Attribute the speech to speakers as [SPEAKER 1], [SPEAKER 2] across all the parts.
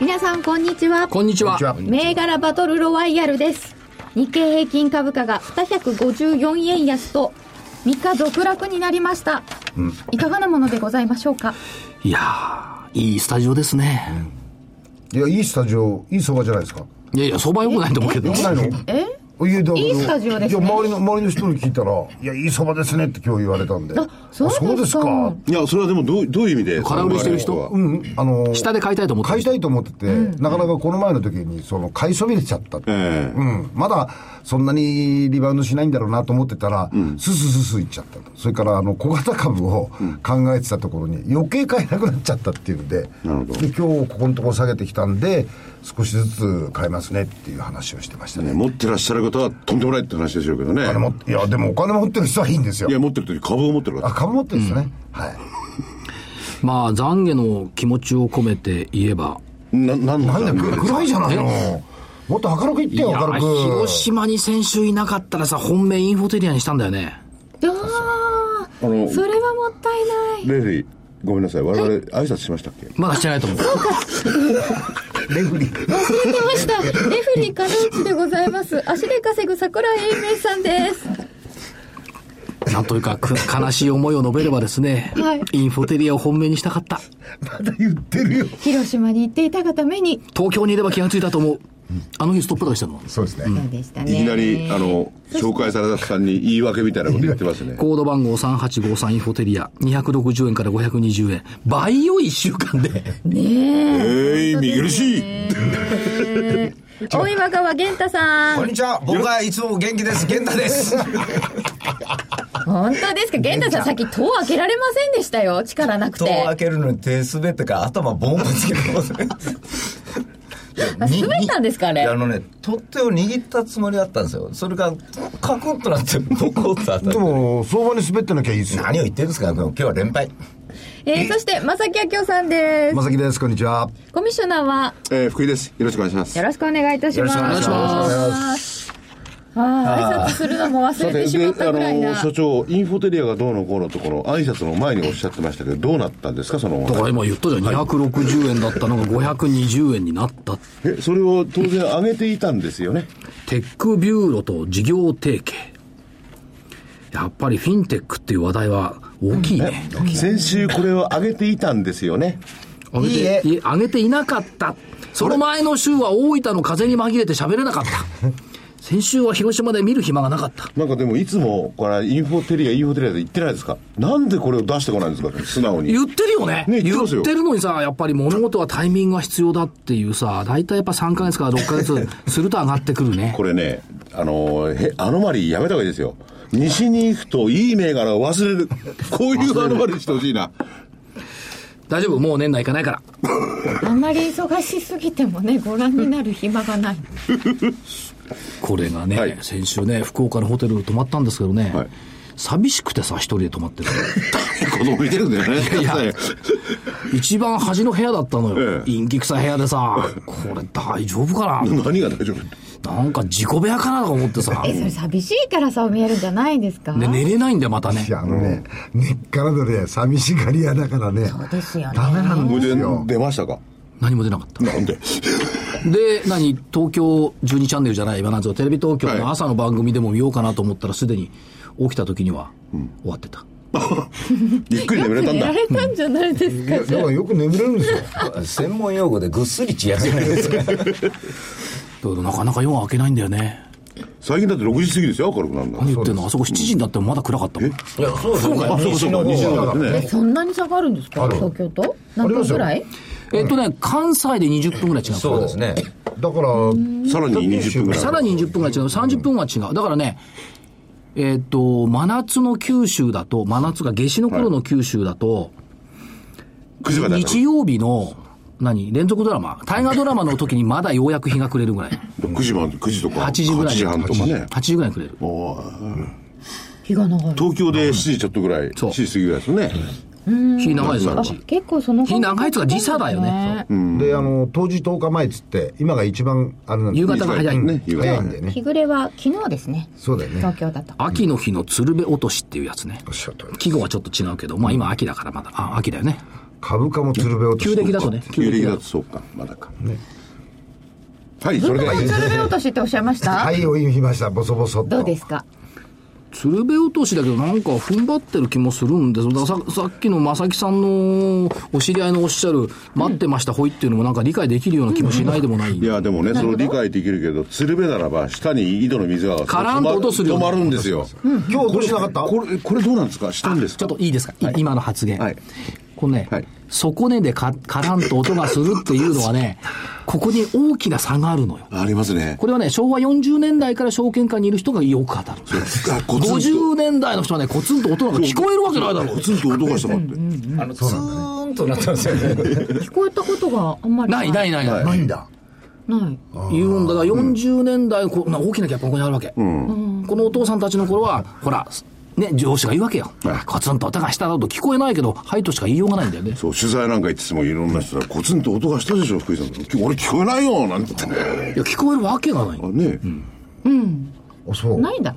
[SPEAKER 1] 皆さんこんにちは
[SPEAKER 2] こんにちは。
[SPEAKER 1] 銘柄バトルロワイヤルです日経平均株価が254円安と3日続落になりました、いかがなものでございましょうか
[SPEAKER 2] いやー、いいスタジオですね。
[SPEAKER 3] いや、いいスタジオ、いい相場じゃないですか。
[SPEAKER 2] いやいや、相場良くないと思うけど
[SPEAKER 3] よく。ないの
[SPEAKER 1] え
[SPEAKER 3] いやだから
[SPEAKER 1] いいスタジオですね
[SPEAKER 3] いや、周りの、周りの人に聞いたら、いや、いい相場ですねって今日言われたんで。
[SPEAKER 1] あそうですか
[SPEAKER 3] あか。
[SPEAKER 4] いや、それはでもどうどういう意味で
[SPEAKER 2] 空売りしてる人
[SPEAKER 4] その
[SPEAKER 3] うん、あのー
[SPEAKER 2] 下で買いたいと思って
[SPEAKER 3] 買
[SPEAKER 2] る
[SPEAKER 3] い
[SPEAKER 2] 人
[SPEAKER 3] たいと思ってて、なかなかこの前の時に、その、買いそびれちゃったって。
[SPEAKER 4] ええ
[SPEAKER 3] うん、まだそんなにリバウンドしないんだろうなと思ってたら、ススススいっちゃったとそれからあの小型株を考えてたところに余計買えなくなっちゃったっていうんで
[SPEAKER 4] なるほど
[SPEAKER 3] で今日ここのところ下げてきたんで少しずつ買えますねっていう話をしてましたね
[SPEAKER 4] ね持ってらっしゃる方はとんでもないって話でしょうけどね
[SPEAKER 3] お。金もいやでもお金持ってる人はいいんですよ
[SPEAKER 4] いや、持ってる時株を持ってる
[SPEAKER 3] あ
[SPEAKER 4] 方。
[SPEAKER 3] 株持ってるんですね、はい
[SPEAKER 2] まあ、懺悔の気持ちを込めて言えば、
[SPEAKER 4] な、なん
[SPEAKER 3] なんだよ暗いじゃないのもっと明るく言って
[SPEAKER 2] い
[SPEAKER 3] よ
[SPEAKER 2] や
[SPEAKER 3] 明るく
[SPEAKER 2] 広島に先週いなかったらさ、本命インフォテリアにしたんだよね。
[SPEAKER 1] あ
[SPEAKER 4] あの
[SPEAKER 1] ーそれはもったいない
[SPEAKER 4] レフェリー、ごめんなさい。我々挨拶しましたっけ
[SPEAKER 2] まだしてないと思う。
[SPEAKER 3] レフリー
[SPEAKER 1] 忘れてましたレフェリー金内でございます足で稼ぐ桜井英明さんです
[SPEAKER 2] なんというか、く悲しい思いを述べればですね、
[SPEAKER 1] はい
[SPEAKER 2] インフォテリアを本命にしたかった。
[SPEAKER 3] まだ言ってるよ
[SPEAKER 1] 広島に行っていたがために
[SPEAKER 2] 東京にいれば気がついたと思う。あの日ストップだしたの。
[SPEAKER 3] そうですね、
[SPEAKER 1] そうでした
[SPEAKER 4] い
[SPEAKER 1] ね
[SPEAKER 4] きなり、あの、紹介されたさんに言い訳みたいなこと言ってますね。
[SPEAKER 2] コード番号3853インフォテリア、260円から520円。倍よ、1週間で。
[SPEAKER 4] えい、見苦しい
[SPEAKER 1] 大岩川源太さん
[SPEAKER 5] こんにちは。僕はいつも元気です。源太 です。
[SPEAKER 1] 本当ですか源太さんさっき戸を開けられませんでしたよ力なく
[SPEAKER 5] 戸を開
[SPEAKER 1] て
[SPEAKER 5] けるのに手滑ってから頭ボンボンつけてますね。
[SPEAKER 1] あ滑ったんですかあ
[SPEAKER 5] い
[SPEAKER 1] れ
[SPEAKER 5] やあのね、取っ手を握ったつもりだったんですよ。それが、カクンとなって、ボコッと当たって。
[SPEAKER 3] でも相場に滑ってなきゃいいですよ
[SPEAKER 5] 何を言ってるんですかでも今日は連敗。
[SPEAKER 1] えーそして正木明夫さんで
[SPEAKER 3] まさきですこんにちは
[SPEAKER 1] すコミッショナーは
[SPEAKER 4] えー福井です。よろしくお願いします
[SPEAKER 1] よ。ろしくお願いいたします
[SPEAKER 5] よろしくお
[SPEAKER 1] 願いしますあー挨拶するのも忘れてしまったぐらいな
[SPEAKER 4] 所長、インフォテリアがどうのこうのとこの挨拶の前におっしゃってましたけど、どうなったんですか、そのお
[SPEAKER 2] だ
[SPEAKER 4] 話
[SPEAKER 2] から今言ったじゃん、260円だったのが520円になった。
[SPEAKER 4] え、それを当然上げていたんですよね。
[SPEAKER 2] テックビューロと事業提携。やっぱりフィンテックっていう話題は大きいね。
[SPEAKER 4] 先週これを上げていたんですよね。
[SPEAKER 2] 上げていえ上げていなかった。その前の週は大分の風に紛れて喋れなかった。先週は広島で見る暇がなかった。
[SPEAKER 4] なんかでもいつも、これ、インフォテリア、インフォテリアで言ってないですかなんでこれを出してこないんですか素直に。
[SPEAKER 2] 言ってるよね
[SPEAKER 4] ね言って
[SPEAKER 2] 言
[SPEAKER 4] ますよ
[SPEAKER 2] ってるのにさ、やっぱり物事はタイミングが必要だっていうさ、大体やっぱ3ヶ月から6ヶ月すると上がってくるね。
[SPEAKER 4] これね、あのーへ、アノマリーやめた方がいいですよ。西に行くといい銘柄を忘れる。こういうアノマリーしてほしいな。
[SPEAKER 2] 大丈夫もう年内行かないから。
[SPEAKER 1] あんまり忙しすぎてもねご覧になる暇がない
[SPEAKER 2] これがね、
[SPEAKER 4] はい
[SPEAKER 2] 先週ね、福岡のホテル泊まったんですけどね、
[SPEAKER 4] はい
[SPEAKER 2] 寂しくてさ、一人で泊まってる。
[SPEAKER 4] 子供見てるんだよね。
[SPEAKER 2] いや一番端の部屋だったのよ。
[SPEAKER 4] ええ
[SPEAKER 2] 陰気臭い部屋でさ、これ大丈夫か
[SPEAKER 4] 何が大丈夫
[SPEAKER 2] ななんか自己部屋かなとか思ってさ、
[SPEAKER 1] えそれ寂しいからそう見えるんじゃないんですか
[SPEAKER 2] で、寝れないんだよ、またね
[SPEAKER 3] い。や、あのね、根っからのね、寂しがり屋だからね。そう
[SPEAKER 1] ですよね
[SPEAKER 3] ダメなん
[SPEAKER 4] 無
[SPEAKER 3] です
[SPEAKER 4] 電
[SPEAKER 3] よ。
[SPEAKER 4] 出ましたか
[SPEAKER 2] 何も出なかった。
[SPEAKER 4] なんで
[SPEAKER 2] で、何、東京12チャンネルじゃない、今なんぞ、テレビ東京の朝の番組でも見ようかなと思ったら、すでに起きた時には終わってた。
[SPEAKER 4] ゆっくり眠れたん
[SPEAKER 1] 寝ら
[SPEAKER 4] だ。
[SPEAKER 1] れたんじゃないですか、
[SPEAKER 3] いや、だからよく眠れるんですよ。
[SPEAKER 5] 専門用語でぐっすり血 やつないですか。
[SPEAKER 2] だけど、なかなか夜が明けないんだよね。
[SPEAKER 4] 最近だって6時過ぎですよ、明るくなるんだ。
[SPEAKER 2] 何言ってんのあそこ7時になってもまだ暗かったもん。
[SPEAKER 5] いや、そうです
[SPEAKER 4] そ
[SPEAKER 5] ね。
[SPEAKER 4] うかそうか、西の方だって
[SPEAKER 1] え
[SPEAKER 4] ね。
[SPEAKER 1] そんなに下があるんですか
[SPEAKER 3] ある
[SPEAKER 1] 東京と何分ぐらい
[SPEAKER 2] えっとね、関西で20分ぐらい違う
[SPEAKER 5] そうですね。
[SPEAKER 3] だから、
[SPEAKER 4] さらに20分ぐらい。
[SPEAKER 2] さらに20分が違う、30分は違う。だからね、えっ、と、真夏の九州だと、真夏が夏至の頃の九州だと、
[SPEAKER 4] 9時までだから
[SPEAKER 2] 日曜日の何連続ドラマ大河ドラマの時にまだようやく日が暮れるぐらい。
[SPEAKER 4] 6時まで、9時とか、
[SPEAKER 2] 8時ぐらいに。
[SPEAKER 4] 半とかね。
[SPEAKER 2] 8時ぐらいに暮れる。
[SPEAKER 4] おー
[SPEAKER 1] 日が長い
[SPEAKER 4] 東京で7時ちょっとぐらい、
[SPEAKER 2] そう
[SPEAKER 4] 7時過ぎぐらいですよね。
[SPEAKER 2] 日長いですよ、あっち。
[SPEAKER 1] 結構その
[SPEAKER 2] 日長いっつうか時差だよね
[SPEAKER 3] であの当時10日前っつって今が一番あれなんで
[SPEAKER 2] 夕方が早い。
[SPEAKER 4] ね、夕
[SPEAKER 3] 早い
[SPEAKER 4] 方
[SPEAKER 3] ん。だよね
[SPEAKER 1] 日暮れは昨日ですね
[SPEAKER 3] そうだよね
[SPEAKER 1] 東京だと
[SPEAKER 2] 秋の日の鶴瓶落としっていうやつね
[SPEAKER 3] お。っしゃる通り
[SPEAKER 2] 季語はちょっと違うけど、まあ今秋だからまだ、あ、秋だよね。
[SPEAKER 3] 株価も鶴瓶落とし
[SPEAKER 2] 旧暦だとね。
[SPEAKER 4] 旧暦だ
[SPEAKER 2] と
[SPEAKER 4] とそうか、まだか。はい、それで
[SPEAKER 1] こ。れ鶴瓶落としっておっしゃいました、
[SPEAKER 3] はいお言いましたボソボソっと
[SPEAKER 1] どうですか
[SPEAKER 2] 鶴瓶落としだけどなんか踏ん張ってる気もするんですだからささっきの正木さんのお知り合いのおっしゃる「待ってましたほい」っていうのもなんか理解できるような気もしないでもない、
[SPEAKER 4] いや、でもね、その理解できるけど、鶴瓶ならば、下に井戸の水が、
[SPEAKER 2] カランと落とす
[SPEAKER 4] 止
[SPEAKER 2] 量
[SPEAKER 4] まるんですよ。
[SPEAKER 3] 今日どうしなかった
[SPEAKER 4] これ、これどうなんですかしたんです
[SPEAKER 2] ちょ
[SPEAKER 4] か
[SPEAKER 2] っといいですか、い今の発言、
[SPEAKER 4] はい
[SPEAKER 2] このね、
[SPEAKER 4] はい
[SPEAKER 2] 底根でかからんと音がするっていうのはねここに大きな差があるのよ
[SPEAKER 4] ありますね。
[SPEAKER 2] これはね昭和40年代から証券会にいる人がよく当たる
[SPEAKER 4] あコツンと
[SPEAKER 2] 50年代の人はねコツンと音なんか聞こえるわけないだろ
[SPEAKER 4] コツンと音がしたかって。
[SPEAKER 5] あの、ツーンとなったんですよね。
[SPEAKER 1] 聞こえたことがあんまり
[SPEAKER 2] ないない
[SPEAKER 1] い
[SPEAKER 2] ないない、
[SPEAKER 3] ないんだ
[SPEAKER 1] ない
[SPEAKER 2] 言うんだが40年代のこうな大きなギャップがここにあるわけ、このお父さんたちの頃はほらね上司が言うわけよ、
[SPEAKER 4] はい
[SPEAKER 2] コツンと音がしただと聞こえないけどはいとしか言いようがないんだよね
[SPEAKER 4] そう、取材なんか行ってても、いろんな人が、コツンと音がしたでしょ、福井さん。俺聞こえないよ、なんて言ってね。
[SPEAKER 2] いや聞こえるわけがない
[SPEAKER 4] あ
[SPEAKER 2] だ
[SPEAKER 4] ね、
[SPEAKER 3] あそう
[SPEAKER 1] ないんだ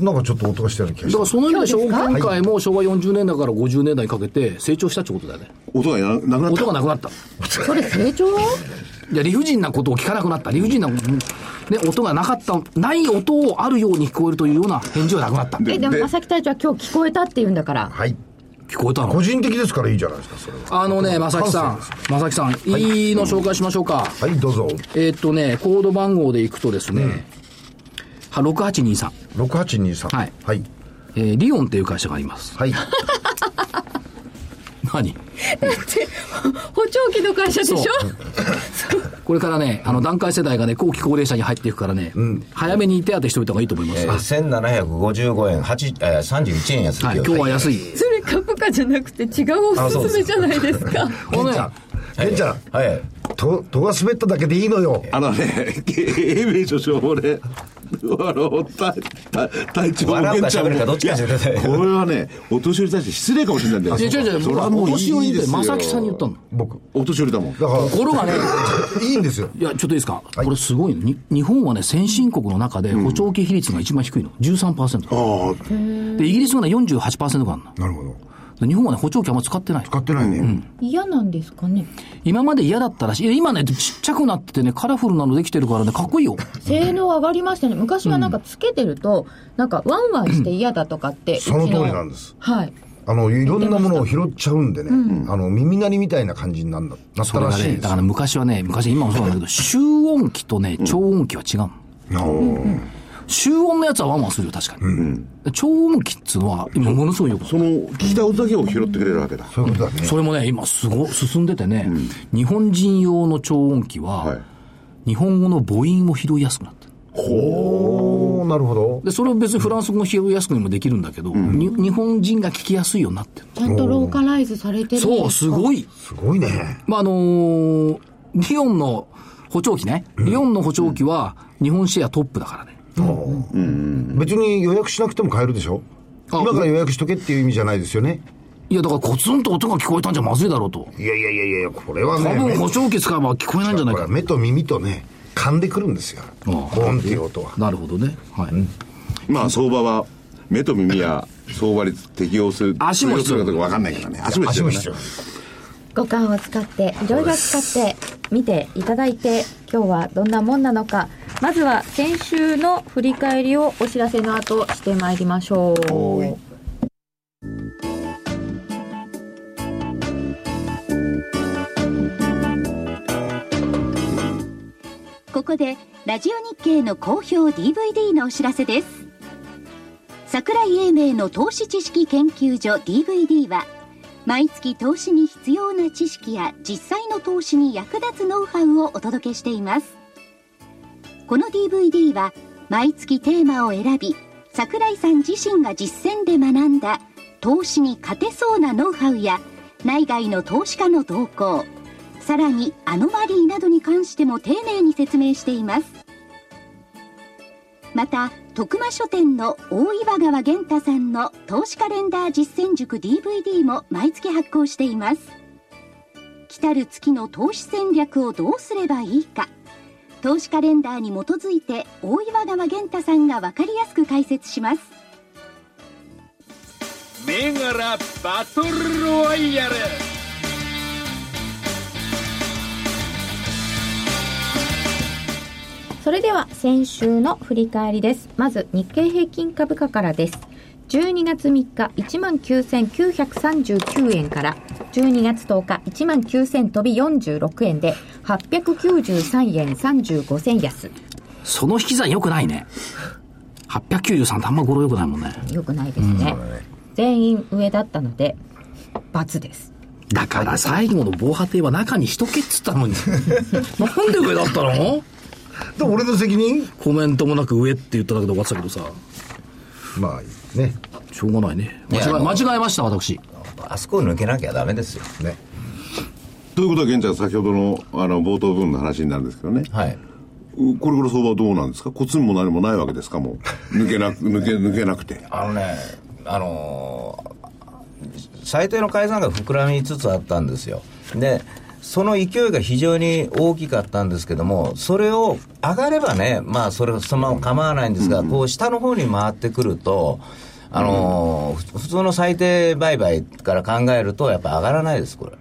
[SPEAKER 3] おなんかちょっと音がしたような気がし
[SPEAKER 2] から
[SPEAKER 3] ます
[SPEAKER 2] その意味で
[SPEAKER 1] そうですか
[SPEAKER 2] 今回も昭和40年代から50年代にかけて成長したってことだよね
[SPEAKER 4] 音がなくなっ
[SPEAKER 2] 音
[SPEAKER 4] た
[SPEAKER 2] が。なくなった
[SPEAKER 1] それ成長
[SPEAKER 2] いや理不尽なことを聞かなくなった理不尽な、ね、音がなかったない音をあるように聞こえるというような返事はなくなった
[SPEAKER 1] えでも正木隊長は今日聞こえたって言うんだから
[SPEAKER 3] はい
[SPEAKER 2] 聞こえたの
[SPEAKER 3] 個人的ですからいいじゃないですかそれは
[SPEAKER 2] あのね正木さん
[SPEAKER 3] 感性
[SPEAKER 2] 正木さんいいの紹介しましょうか、
[SPEAKER 3] はいどうぞ
[SPEAKER 2] えーっとね、コード番号でいくとですね、は6823、
[SPEAKER 3] 6823
[SPEAKER 2] はい
[SPEAKER 3] はい
[SPEAKER 2] えーリオンっていう会社があります。
[SPEAKER 3] はい
[SPEAKER 2] 何
[SPEAKER 1] 補聴器の会社でしょ
[SPEAKER 2] そうこれからね、あの、段階世代がね、後期高齢者に入っていくからね、早めに手当てしておいた方がいいと思いま
[SPEAKER 5] え
[SPEAKER 2] す。
[SPEAKER 5] ー1755円、8、えー、31円安
[SPEAKER 2] はい、今日は安い。
[SPEAKER 1] それ株価じゃなくて違うおすすめじゃないですか
[SPEAKER 2] このね、
[SPEAKER 3] 源ちゃん
[SPEAKER 5] はい。はい
[SPEAKER 3] と戸が滑っただけでいいのよ
[SPEAKER 4] あのね、英米所長もね、あの、たた体調も
[SPEAKER 5] 笑うか喋るかどっちか
[SPEAKER 4] い
[SPEAKER 5] にし
[SPEAKER 4] や
[SPEAKER 5] てください
[SPEAKER 4] これはね、お年寄りに対して失礼かもしれないんだよ。
[SPEAKER 2] いや、違う違う、
[SPEAKER 4] それは
[SPEAKER 2] も
[SPEAKER 4] も
[SPEAKER 2] う、お
[SPEAKER 4] うい
[SPEAKER 2] 年寄
[SPEAKER 4] い
[SPEAKER 2] り
[SPEAKER 4] で
[SPEAKER 2] で、
[SPEAKER 4] すよ。
[SPEAKER 2] 正木さんに言ったの。
[SPEAKER 3] 僕
[SPEAKER 4] お年寄りだもん。
[SPEAKER 3] だか
[SPEAKER 2] ところがね、
[SPEAKER 3] らいいんですよ
[SPEAKER 2] いや、ちょっといいですか、これすごいの。に日本はね、先進国の中で補聴器比率が一番低いの。13%。
[SPEAKER 4] あ
[SPEAKER 2] で、イギリスはね、48%があるの。
[SPEAKER 3] なるほど
[SPEAKER 2] で日本はね、補聴器あんま使ってない。
[SPEAKER 3] 買ってないね
[SPEAKER 1] 嫌なんですかね
[SPEAKER 2] 今まで嫌だったらしい。いや今ね、ちっちゃくなっててね、カラフルなのできてるからね、かっこいいよ。
[SPEAKER 1] 性能上がりましたね昔はなんかつけてると、なんかワンワンして嫌だとかって
[SPEAKER 3] その通りなんです
[SPEAKER 1] はい
[SPEAKER 3] あのいろんなものを拾っちゃうんでねあの耳鳴りみたいな感じになんだなった
[SPEAKER 2] それ
[SPEAKER 3] ら
[SPEAKER 2] が
[SPEAKER 3] しい
[SPEAKER 2] ね、
[SPEAKER 3] で
[SPEAKER 2] だ
[SPEAKER 3] す
[SPEAKER 2] からね昔はね、昔、今もそうなんだ けど、集音器とね、超音器は違うの。集音のやつはワンワンするよ、確かに。超音器っつうのは、今ものすごいよく
[SPEAKER 4] あ。その、聞いた音だけを拾ってくれるわけだ。
[SPEAKER 3] そういうことだね
[SPEAKER 2] それもね、今すご、進んでてね、日本人用の超音器は、
[SPEAKER 4] はい
[SPEAKER 2] 日本語の母音を拾いやすくなってる
[SPEAKER 3] おーなるほど
[SPEAKER 2] で、それを別にフランス語を拾いやすくにもできるんだけど、に日本人が聞きやすいようになってる。
[SPEAKER 1] ちゃんとローカライズされてる
[SPEAKER 2] そう、すごい。
[SPEAKER 3] すごいね
[SPEAKER 2] まあ、あのーリオンの補聴器ね。リオンの補聴器は日本シェアトップだからね。
[SPEAKER 3] 別に予約しなくても買えるでしょ
[SPEAKER 2] あ
[SPEAKER 3] 今から予約しとけっていう意味じゃないですよね
[SPEAKER 2] いや、だからコツンと音が聞こえたんじゃまずいだろうと。
[SPEAKER 3] いやいやいやいやこれは
[SPEAKER 2] 多
[SPEAKER 3] ね
[SPEAKER 2] 分
[SPEAKER 3] 目
[SPEAKER 2] 補聴器使えば聞こえないんじゃない
[SPEAKER 3] これ
[SPEAKER 2] か
[SPEAKER 3] は。目と耳とね噛んでくるんですよ
[SPEAKER 2] ああ
[SPEAKER 3] ボンっていう音は
[SPEAKER 2] なるほどね。はい。
[SPEAKER 4] まあ、相場は、目と耳や相場に適用する。
[SPEAKER 2] 足も必要
[SPEAKER 4] 適用するかどうかわかんないからね。足も必
[SPEAKER 3] 足
[SPEAKER 4] 要
[SPEAKER 3] も
[SPEAKER 4] だね
[SPEAKER 3] 必要
[SPEAKER 1] 五感を使っていろいろ使って見ていただいて今日はどんなもんなのかまずは先週の振り返りをお知らせの後してまいりましょう
[SPEAKER 6] ここでラジオ日経の好評 DVD のお知らせです桜井英明の投資知識研究所 DVD は毎月投資に必要な知識や実際の投資に役立つノウハウをお届けしていますこの DVD は毎月テーマを選び桜井さん自身が実践で学んだ投資に勝てそうなノウハウや内外の投資家の動向さらにアノマリーなどに関しても丁寧に説明していますまた徳間書店の大岩川源太さんの投資カレンダー実践塾 DVD も毎月発行しています来たる月の投資戦略をどうすればいいか投資カレンダーに基づいて大岩川源太さんが分かりやすく解説します
[SPEAKER 7] 銘柄バトルロワイヤル
[SPEAKER 1] それでは先週の振り返りです。まず日経平均株価からです。12月3日19,939円から12月10日19,000飛び46円で893円35銭安。
[SPEAKER 2] その引き算良くないね。893ってあんま語呂良くないもんね。
[SPEAKER 1] よくないですね。全員上だったので、×です。
[SPEAKER 2] だから最後の防波堤は中にしとけっつったの に。なんで上だったの
[SPEAKER 3] で俺の責任
[SPEAKER 2] コメントもなく上って言っただけで終わってたけどさ。
[SPEAKER 3] まあいいね
[SPEAKER 2] しょうがないね。
[SPEAKER 5] い
[SPEAKER 2] 間
[SPEAKER 5] や
[SPEAKER 2] 違え、
[SPEAKER 5] あの
[SPEAKER 2] 間違えました、私。
[SPEAKER 5] あそこを抜けなきゃダメですよ
[SPEAKER 3] ね
[SPEAKER 4] ということは、現在、先ほどのあの冒頭分の話になるんですけどね、
[SPEAKER 5] はい。
[SPEAKER 4] うこれから相場はどうなんですか、コツも何もないわけですか、もう、抜けな く抜け抜けなくて、
[SPEAKER 5] あのね、あのー最低の改ざんが膨らみつつあったんですよ。で、その勢いが非常に大きかったんですけども、それを上がればね、まあ、それ、そのまま構わないんですが、こう、下の方に回ってくると、あのーふ普通の最低売買から考えると、やっぱ上がらないです、これ。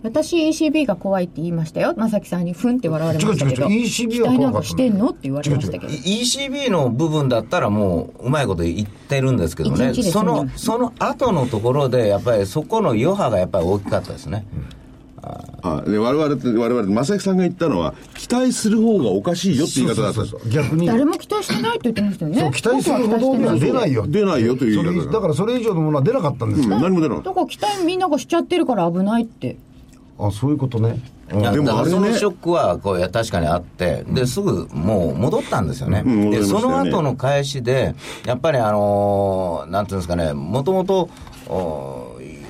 [SPEAKER 8] 私 ECB が怖いって言いましたよ正木さんにふんって笑われ
[SPEAKER 3] 違
[SPEAKER 8] ま
[SPEAKER 3] う
[SPEAKER 8] した
[SPEAKER 3] 違う
[SPEAKER 8] けど
[SPEAKER 3] 違う ECB
[SPEAKER 8] 期
[SPEAKER 3] は
[SPEAKER 8] 待な
[SPEAKER 3] 怖
[SPEAKER 8] ん
[SPEAKER 3] か
[SPEAKER 8] か
[SPEAKER 3] った
[SPEAKER 8] してんのって言われました
[SPEAKER 3] 違
[SPEAKER 8] けど
[SPEAKER 5] ECB の部分だったらもううまいこと言ってるんですけどね
[SPEAKER 8] 一日で済
[SPEAKER 5] そ
[SPEAKER 8] んじゃい
[SPEAKER 5] の
[SPEAKER 8] ます
[SPEAKER 5] その後のところでやっぱりそこの余波がやっぱり大きかったですね、
[SPEAKER 4] あで我々って、我々正木さんが言ったのは、期待する方がおかしいよって言い方だっ
[SPEAKER 3] そ
[SPEAKER 4] たん
[SPEAKER 3] う
[SPEAKER 4] です
[SPEAKER 3] そうそう逆に
[SPEAKER 8] 誰も期待してないって言ってましたよ
[SPEAKER 3] そ
[SPEAKER 8] ね
[SPEAKER 3] う期待するほどには出ないよ
[SPEAKER 4] 出ないよという
[SPEAKER 3] そ
[SPEAKER 4] 言い
[SPEAKER 3] れ
[SPEAKER 4] 方
[SPEAKER 3] だからそれ以上のものは出なかったんです
[SPEAKER 4] うん
[SPEAKER 3] よ、
[SPEAKER 4] 何も出なかっ
[SPEAKER 8] だ
[SPEAKER 4] た
[SPEAKER 8] から期待みんながしちゃってるから危ないって
[SPEAKER 3] あそういうことね、うん
[SPEAKER 5] いや
[SPEAKER 4] でも
[SPEAKER 5] だから
[SPEAKER 4] あれね
[SPEAKER 5] そのショックはこういや確かにあって、ですぐもう戻ったんですよね、
[SPEAKER 4] うん戻り
[SPEAKER 5] で
[SPEAKER 4] ました
[SPEAKER 5] そ
[SPEAKER 4] よね
[SPEAKER 5] の後の返しで、やっぱり、あのーなんていうんですかね、もともと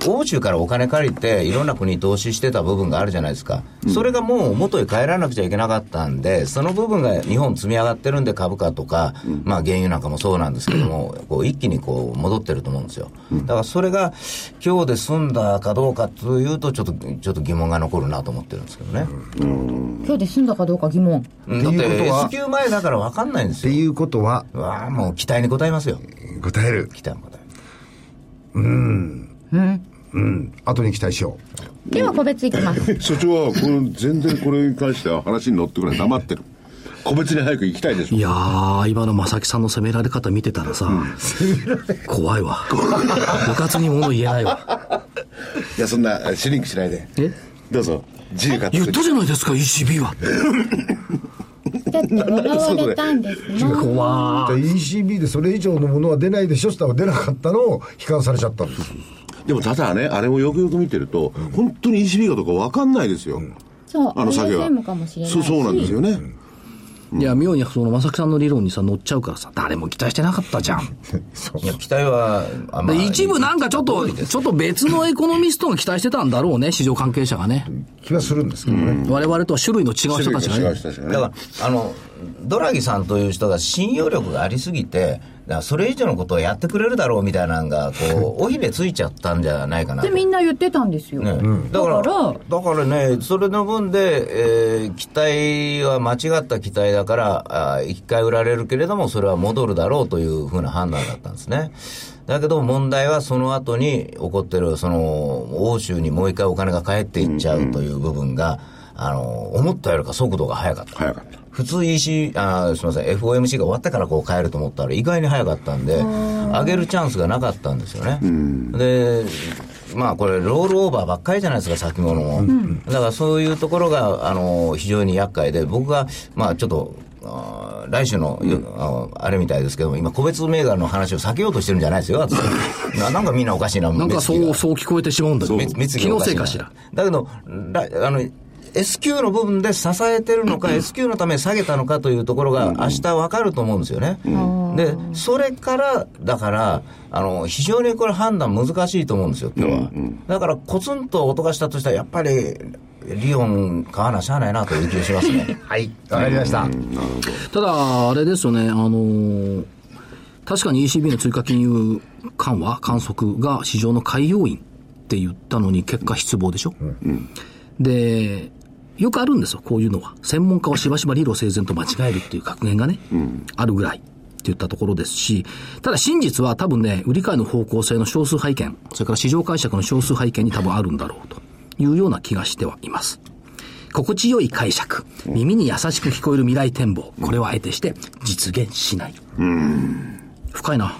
[SPEAKER 5] 欧州からお金借りて、いろんな国に投資してた部分があるじゃないですか、それがもう元へ帰らなくちゃいけなかったんで、その部分が日本積み上がってるんで、株価とか、まあ、原油なんかもそうなんですけども、こう一気にこう戻ってると思うんですよ、だからそれが今日で済んだかどうかというと、ちょっとちょっと疑問が残るなと思ってるんですけどね。
[SPEAKER 8] 今日で済んだかどうか疑問
[SPEAKER 5] うんだっ
[SPEAKER 3] っていうこ
[SPEAKER 5] て
[SPEAKER 3] とは
[SPEAKER 5] S q 前だから分かんないんで
[SPEAKER 3] っ
[SPEAKER 5] す
[SPEAKER 3] て
[SPEAKER 5] よ。
[SPEAKER 3] いうことは
[SPEAKER 5] うわあもう期待に応えますよ。
[SPEAKER 3] 答える
[SPEAKER 5] 期待に応え
[SPEAKER 3] うん後に期待しよ
[SPEAKER 1] では個別いき ます。
[SPEAKER 4] 所長はこの全然これに関しては話に乗ってくれ黙ってる個別に早く行きたいでしょ
[SPEAKER 2] いやー、今の正木さんの責められ方見てたらさ、怖いわ。部活に物言えないわ。
[SPEAKER 4] いやそんなシリンクしないで
[SPEAKER 2] え
[SPEAKER 4] どうぞ自由か
[SPEAKER 2] 言ったじゃないですか、ECB は。
[SPEAKER 8] だって笑われたんですね
[SPEAKER 3] う、
[SPEAKER 2] 怖
[SPEAKER 3] で ECB でそれ以上のものは出ないでしょしたら出なかったのを批判されちゃったんです
[SPEAKER 4] でもただねあれもよくよく見てると本当に ECB がとか分かんないですよ
[SPEAKER 8] そう
[SPEAKER 4] あの作業は
[SPEAKER 8] ISM かもしれないし
[SPEAKER 4] そうそうなんですよね
[SPEAKER 2] い。いや、妙にその正木さんの理論にさ、乗っちゃうからさ、誰も期待してなかったじゃん。
[SPEAKER 5] いや、期待は、あ
[SPEAKER 2] で一部なんかちょっと、ちょっと別のエコノミストが期待してたんだろうね、市場関係者がね。
[SPEAKER 3] 気はするんですけどね、
[SPEAKER 2] 我々とは種類の違う人たちが
[SPEAKER 4] 違う
[SPEAKER 2] ね。
[SPEAKER 4] 人たちが
[SPEAKER 5] だ
[SPEAKER 4] ね
[SPEAKER 5] から、あの、ドラギさんという人が信用力がありすぎて、だからそれ以上のことをやってくれるだろうみたいなのが、こう、尾ひれついちゃったんじゃないかな
[SPEAKER 8] って
[SPEAKER 5] と。
[SPEAKER 8] みんな言ってたんですよ、
[SPEAKER 5] ねだから
[SPEAKER 8] だから
[SPEAKER 5] だからね、それの分で、えー期待は間違った期待だから、あー一回売られるけれども、それは戻るだろうというふうな判断だったんですね。だけど問題はその後に起こってる、その、欧州にもう一回お金が返っていっちゃうという部分が、あの、思ったよりか速度が速かった。
[SPEAKER 4] 早かった
[SPEAKER 5] 普通 EC、あーすみません、FOMC が終わってからこう変えると思ったら、意外に早かったんで、上げるチャンスがなかったんですよね。で、まあこれ、ロールオーバーばっかりじゃないですか、先物も。だからそういうところが、あの、非常に厄介で、僕が、まあちょっと、あー来週の、よあーあれみたいですけども、今、個別銘柄の話を避けようとしてるんじゃないです よ、私ななんかみんなおかしいな、
[SPEAKER 2] なんか
[SPEAKER 5] 目つきが
[SPEAKER 2] そう、そう聞こえてしまうんだけど。
[SPEAKER 5] め密
[SPEAKER 2] 気
[SPEAKER 5] 議がお
[SPEAKER 2] の
[SPEAKER 5] し
[SPEAKER 2] せい
[SPEAKER 5] いな
[SPEAKER 2] かしら。
[SPEAKER 5] だけど、らあの、S q の部分で支えてるのか、S q のために下げたのかというところが、明日わかると思うんですよね。でそれからだからあの非常にこれ判断難しいと思うんですよ今日は、だからコツンと音がしたとしたらやっぱりリオン買わなしゃあないなという気がします ね
[SPEAKER 3] はいわかりました、
[SPEAKER 2] ただ、あれですよね、あのー確かに ECB の追加金融緩和、観測が市場の海洋因って言ったのに結果失望でしょ、で、よくあるんですよ、こういうのは。専門家はしばしば理路整然と間違えるっていう格言がね、あるぐらい。って言ったところですし、ただ真実は多分ね、売り買いの方向性の少数拝見、それから市場解釈の少数拝見に多分あるんだろうというような気がしてはいます。心地よい解釈、耳に優しく聞こえる未来展望、これはあえてして実現しない。深いな。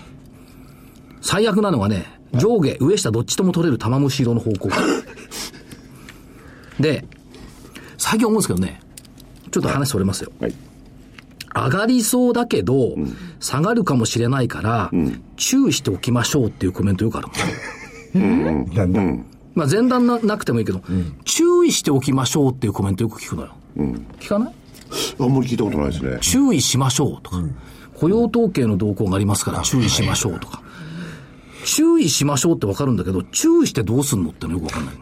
[SPEAKER 2] 最悪なのはね、上下、上下どっちとも取れる玉虫色の方向。で、最近思うんですけどね、ちょっと話それますよ。
[SPEAKER 4] はい
[SPEAKER 2] 上がりそうだけど、下がるかもしれないから、注意しておきましょうっていうコメントよくあるもん。
[SPEAKER 3] なんだ
[SPEAKER 2] まあ前段ななくてもいいけど、注意しておきましょうっていうコメントよく聞くのよ。聞かない
[SPEAKER 4] あんまり聞いたことないですね
[SPEAKER 2] 注意しましょうとか、雇用統計の動向がありますから注意しましょうとか、注意しましょうってわかるんだけど、注意してどうすんのってのよくわかんないの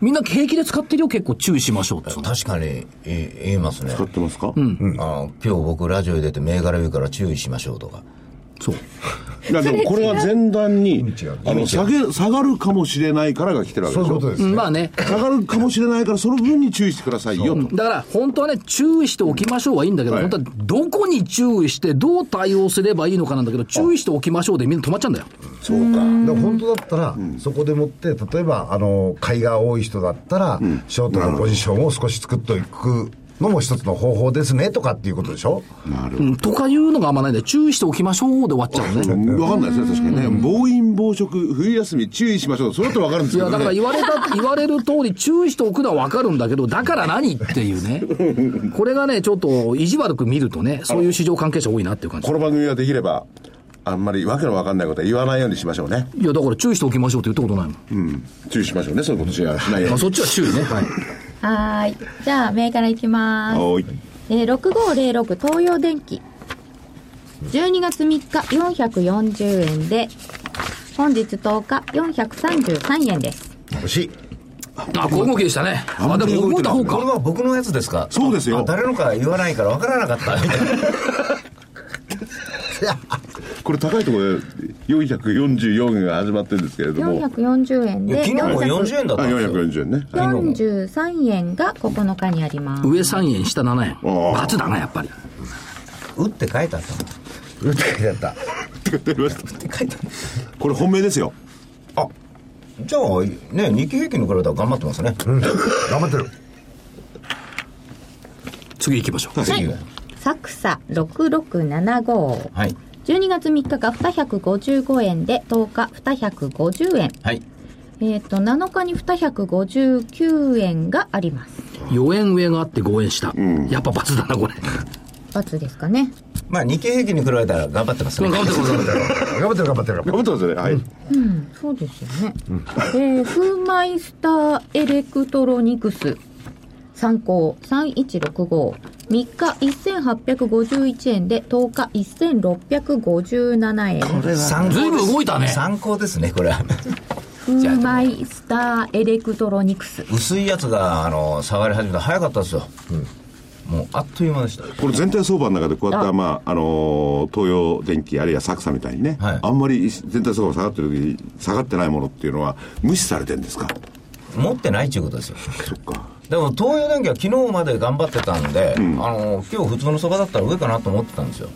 [SPEAKER 2] みんな平気で使ってるよ、結構注意しましょうってその。
[SPEAKER 5] 確かにえ言いますね
[SPEAKER 4] 使ってますか
[SPEAKER 5] あの今日僕ラジオに出て銘柄言うから注意しましょうとか
[SPEAKER 2] そう。
[SPEAKER 4] いやでもこれは前段にあの下げ下がるかもしれないからが来てるわけ
[SPEAKER 3] そういうこ
[SPEAKER 4] でしょ
[SPEAKER 3] とです、
[SPEAKER 2] う
[SPEAKER 3] ね
[SPEAKER 2] んまあね。
[SPEAKER 4] 下がるかもしれないからその分に注意してくださいよと
[SPEAKER 2] だから、本当はね、注意しておきましょうはいいんだけど、
[SPEAKER 4] はい
[SPEAKER 2] 本当はどこに注意して、どう対応すればいいのかなんだけど、注意しておきましょうでみんな止まっちゃうんだよ。
[SPEAKER 4] そうか
[SPEAKER 3] だから本当だったら、そこでもって例えばあの買いが多い人だったら、ショートのポジションを少し作っていくのも一つの方法ですねとかっていうことでしょ
[SPEAKER 2] うん、とかいうのがあんまないんだよ。注意しておきましょうで終わっちゃうのね。
[SPEAKER 4] 分かんないですね確かにね暴飲暴食冬休み注意しましょうそれだと分かるんです
[SPEAKER 2] い
[SPEAKER 4] け
[SPEAKER 2] や、
[SPEAKER 4] ど
[SPEAKER 2] だから
[SPEAKER 4] ね
[SPEAKER 2] 言われ た、言われる通り注意しておくのはわかるんだけど、だから何っていうね。これがね、ちょっと意地悪く見るとね、そういう市場関係者多いなっていう感じ
[SPEAKER 4] こ。の番組ができればあんまりわけのわかんないことは言わないようにしましょうね
[SPEAKER 2] いや、だから注意しておきましょうって言ったことないもん。
[SPEAKER 4] うん注意しましょうねそういうことしないよう
[SPEAKER 2] まあ、
[SPEAKER 4] に
[SPEAKER 2] そっちは注意ね。はい。
[SPEAKER 1] はーいじゃあ銘柄いきます
[SPEAKER 4] はい
[SPEAKER 1] えー、6506東洋電機12月3日440円で本日10日433円です
[SPEAKER 3] 欲しい
[SPEAKER 2] あ、小動きでしたね。あ、でも動いた方
[SPEAKER 5] これ
[SPEAKER 2] か。
[SPEAKER 5] は僕のやつですか
[SPEAKER 4] そうですよ
[SPEAKER 5] あ誰のか言わないから分からなかったみたいな
[SPEAKER 4] これ高いところで444円が始まってるんですけれども
[SPEAKER 1] 440円
[SPEAKER 5] いや
[SPEAKER 1] で
[SPEAKER 5] 昨日も40円だ
[SPEAKER 4] あ
[SPEAKER 5] ったんですよ
[SPEAKER 4] 440円ねはい
[SPEAKER 1] 443円が9日にあります
[SPEAKER 2] 上3円、下7円。
[SPEAKER 4] ああ
[SPEAKER 2] 罰だな、やっぱり。
[SPEAKER 5] 打って書いてあった
[SPEAKER 3] 売って書いてあった
[SPEAKER 4] これ本命ですよ
[SPEAKER 5] のあじゃあね日経平均の比べたら頑張ってますね
[SPEAKER 3] 頑張ってる
[SPEAKER 2] 次行きましょう。
[SPEAKER 5] はい
[SPEAKER 1] サクサ6675
[SPEAKER 5] はい
[SPEAKER 1] 12月3日が255円で10日250円
[SPEAKER 5] はい
[SPEAKER 1] えっ、と7日に259円があります
[SPEAKER 2] 4円上があって5円下。やっぱ罰だな、これ。
[SPEAKER 1] ×ですかね
[SPEAKER 5] まあ日経平均に比べたら頑張ってますね
[SPEAKER 2] 頑張ってください。
[SPEAKER 3] 頑張ってる頑張ってる頑張ってる
[SPEAKER 4] 頑張ってますよねはい
[SPEAKER 1] うん、そうですよね。えー、フーマイスターエレクトロニクス。参考3165。3日1851円で10日1657円。
[SPEAKER 5] 参考
[SPEAKER 2] ずいぶん動いたね
[SPEAKER 5] 参考ですねこれは
[SPEAKER 1] フーマイスターエレクトロニクス。
[SPEAKER 5] 薄いやつがあの下がり始めた早かったですよ、もうあっという間でした
[SPEAKER 4] これ全体相場の中でこうやってまあ、あのー東洋電機あるいはサクサみたいにね、
[SPEAKER 5] はい
[SPEAKER 4] あんまり全体相場下がってる時に下がってないものっていうのは無視されてるんですか
[SPEAKER 5] 持ってないっていうことですよ
[SPEAKER 4] そっか
[SPEAKER 5] でも東洋電機は昨日まで頑張ってたんで、あの今日普通の相場だったら上かなと思ってたんですよ、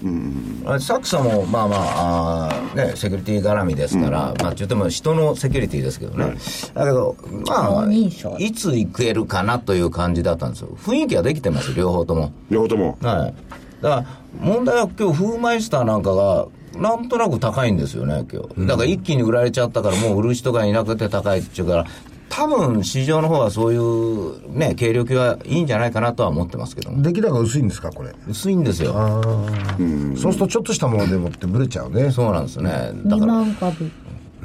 [SPEAKER 5] あサクサもまあまああー、ね、セキュリティ絡みですから、まあ言っても人のセキュリティですけどね、だけどまあ
[SPEAKER 1] 認証
[SPEAKER 5] いつ行けるかなという感じだったんですよ雰囲気はできてます両方とも
[SPEAKER 4] 両方とも
[SPEAKER 5] はい、だから問題は今日フーマイスターなんかがなんとなく高いんですよね今日だから一気に売られちゃったからもう売る人がいなくて高いっていうから多分市場の方はそういうね軽量級はいいんじゃないかなとは思ってますけども
[SPEAKER 3] 出来高薄いんですかこれ
[SPEAKER 5] 薄いんですよ
[SPEAKER 3] そうするとちょっとしたものでもってブレちゃうね
[SPEAKER 5] そうなんですねだ
[SPEAKER 1] 2
[SPEAKER 5] から
[SPEAKER 1] 万株。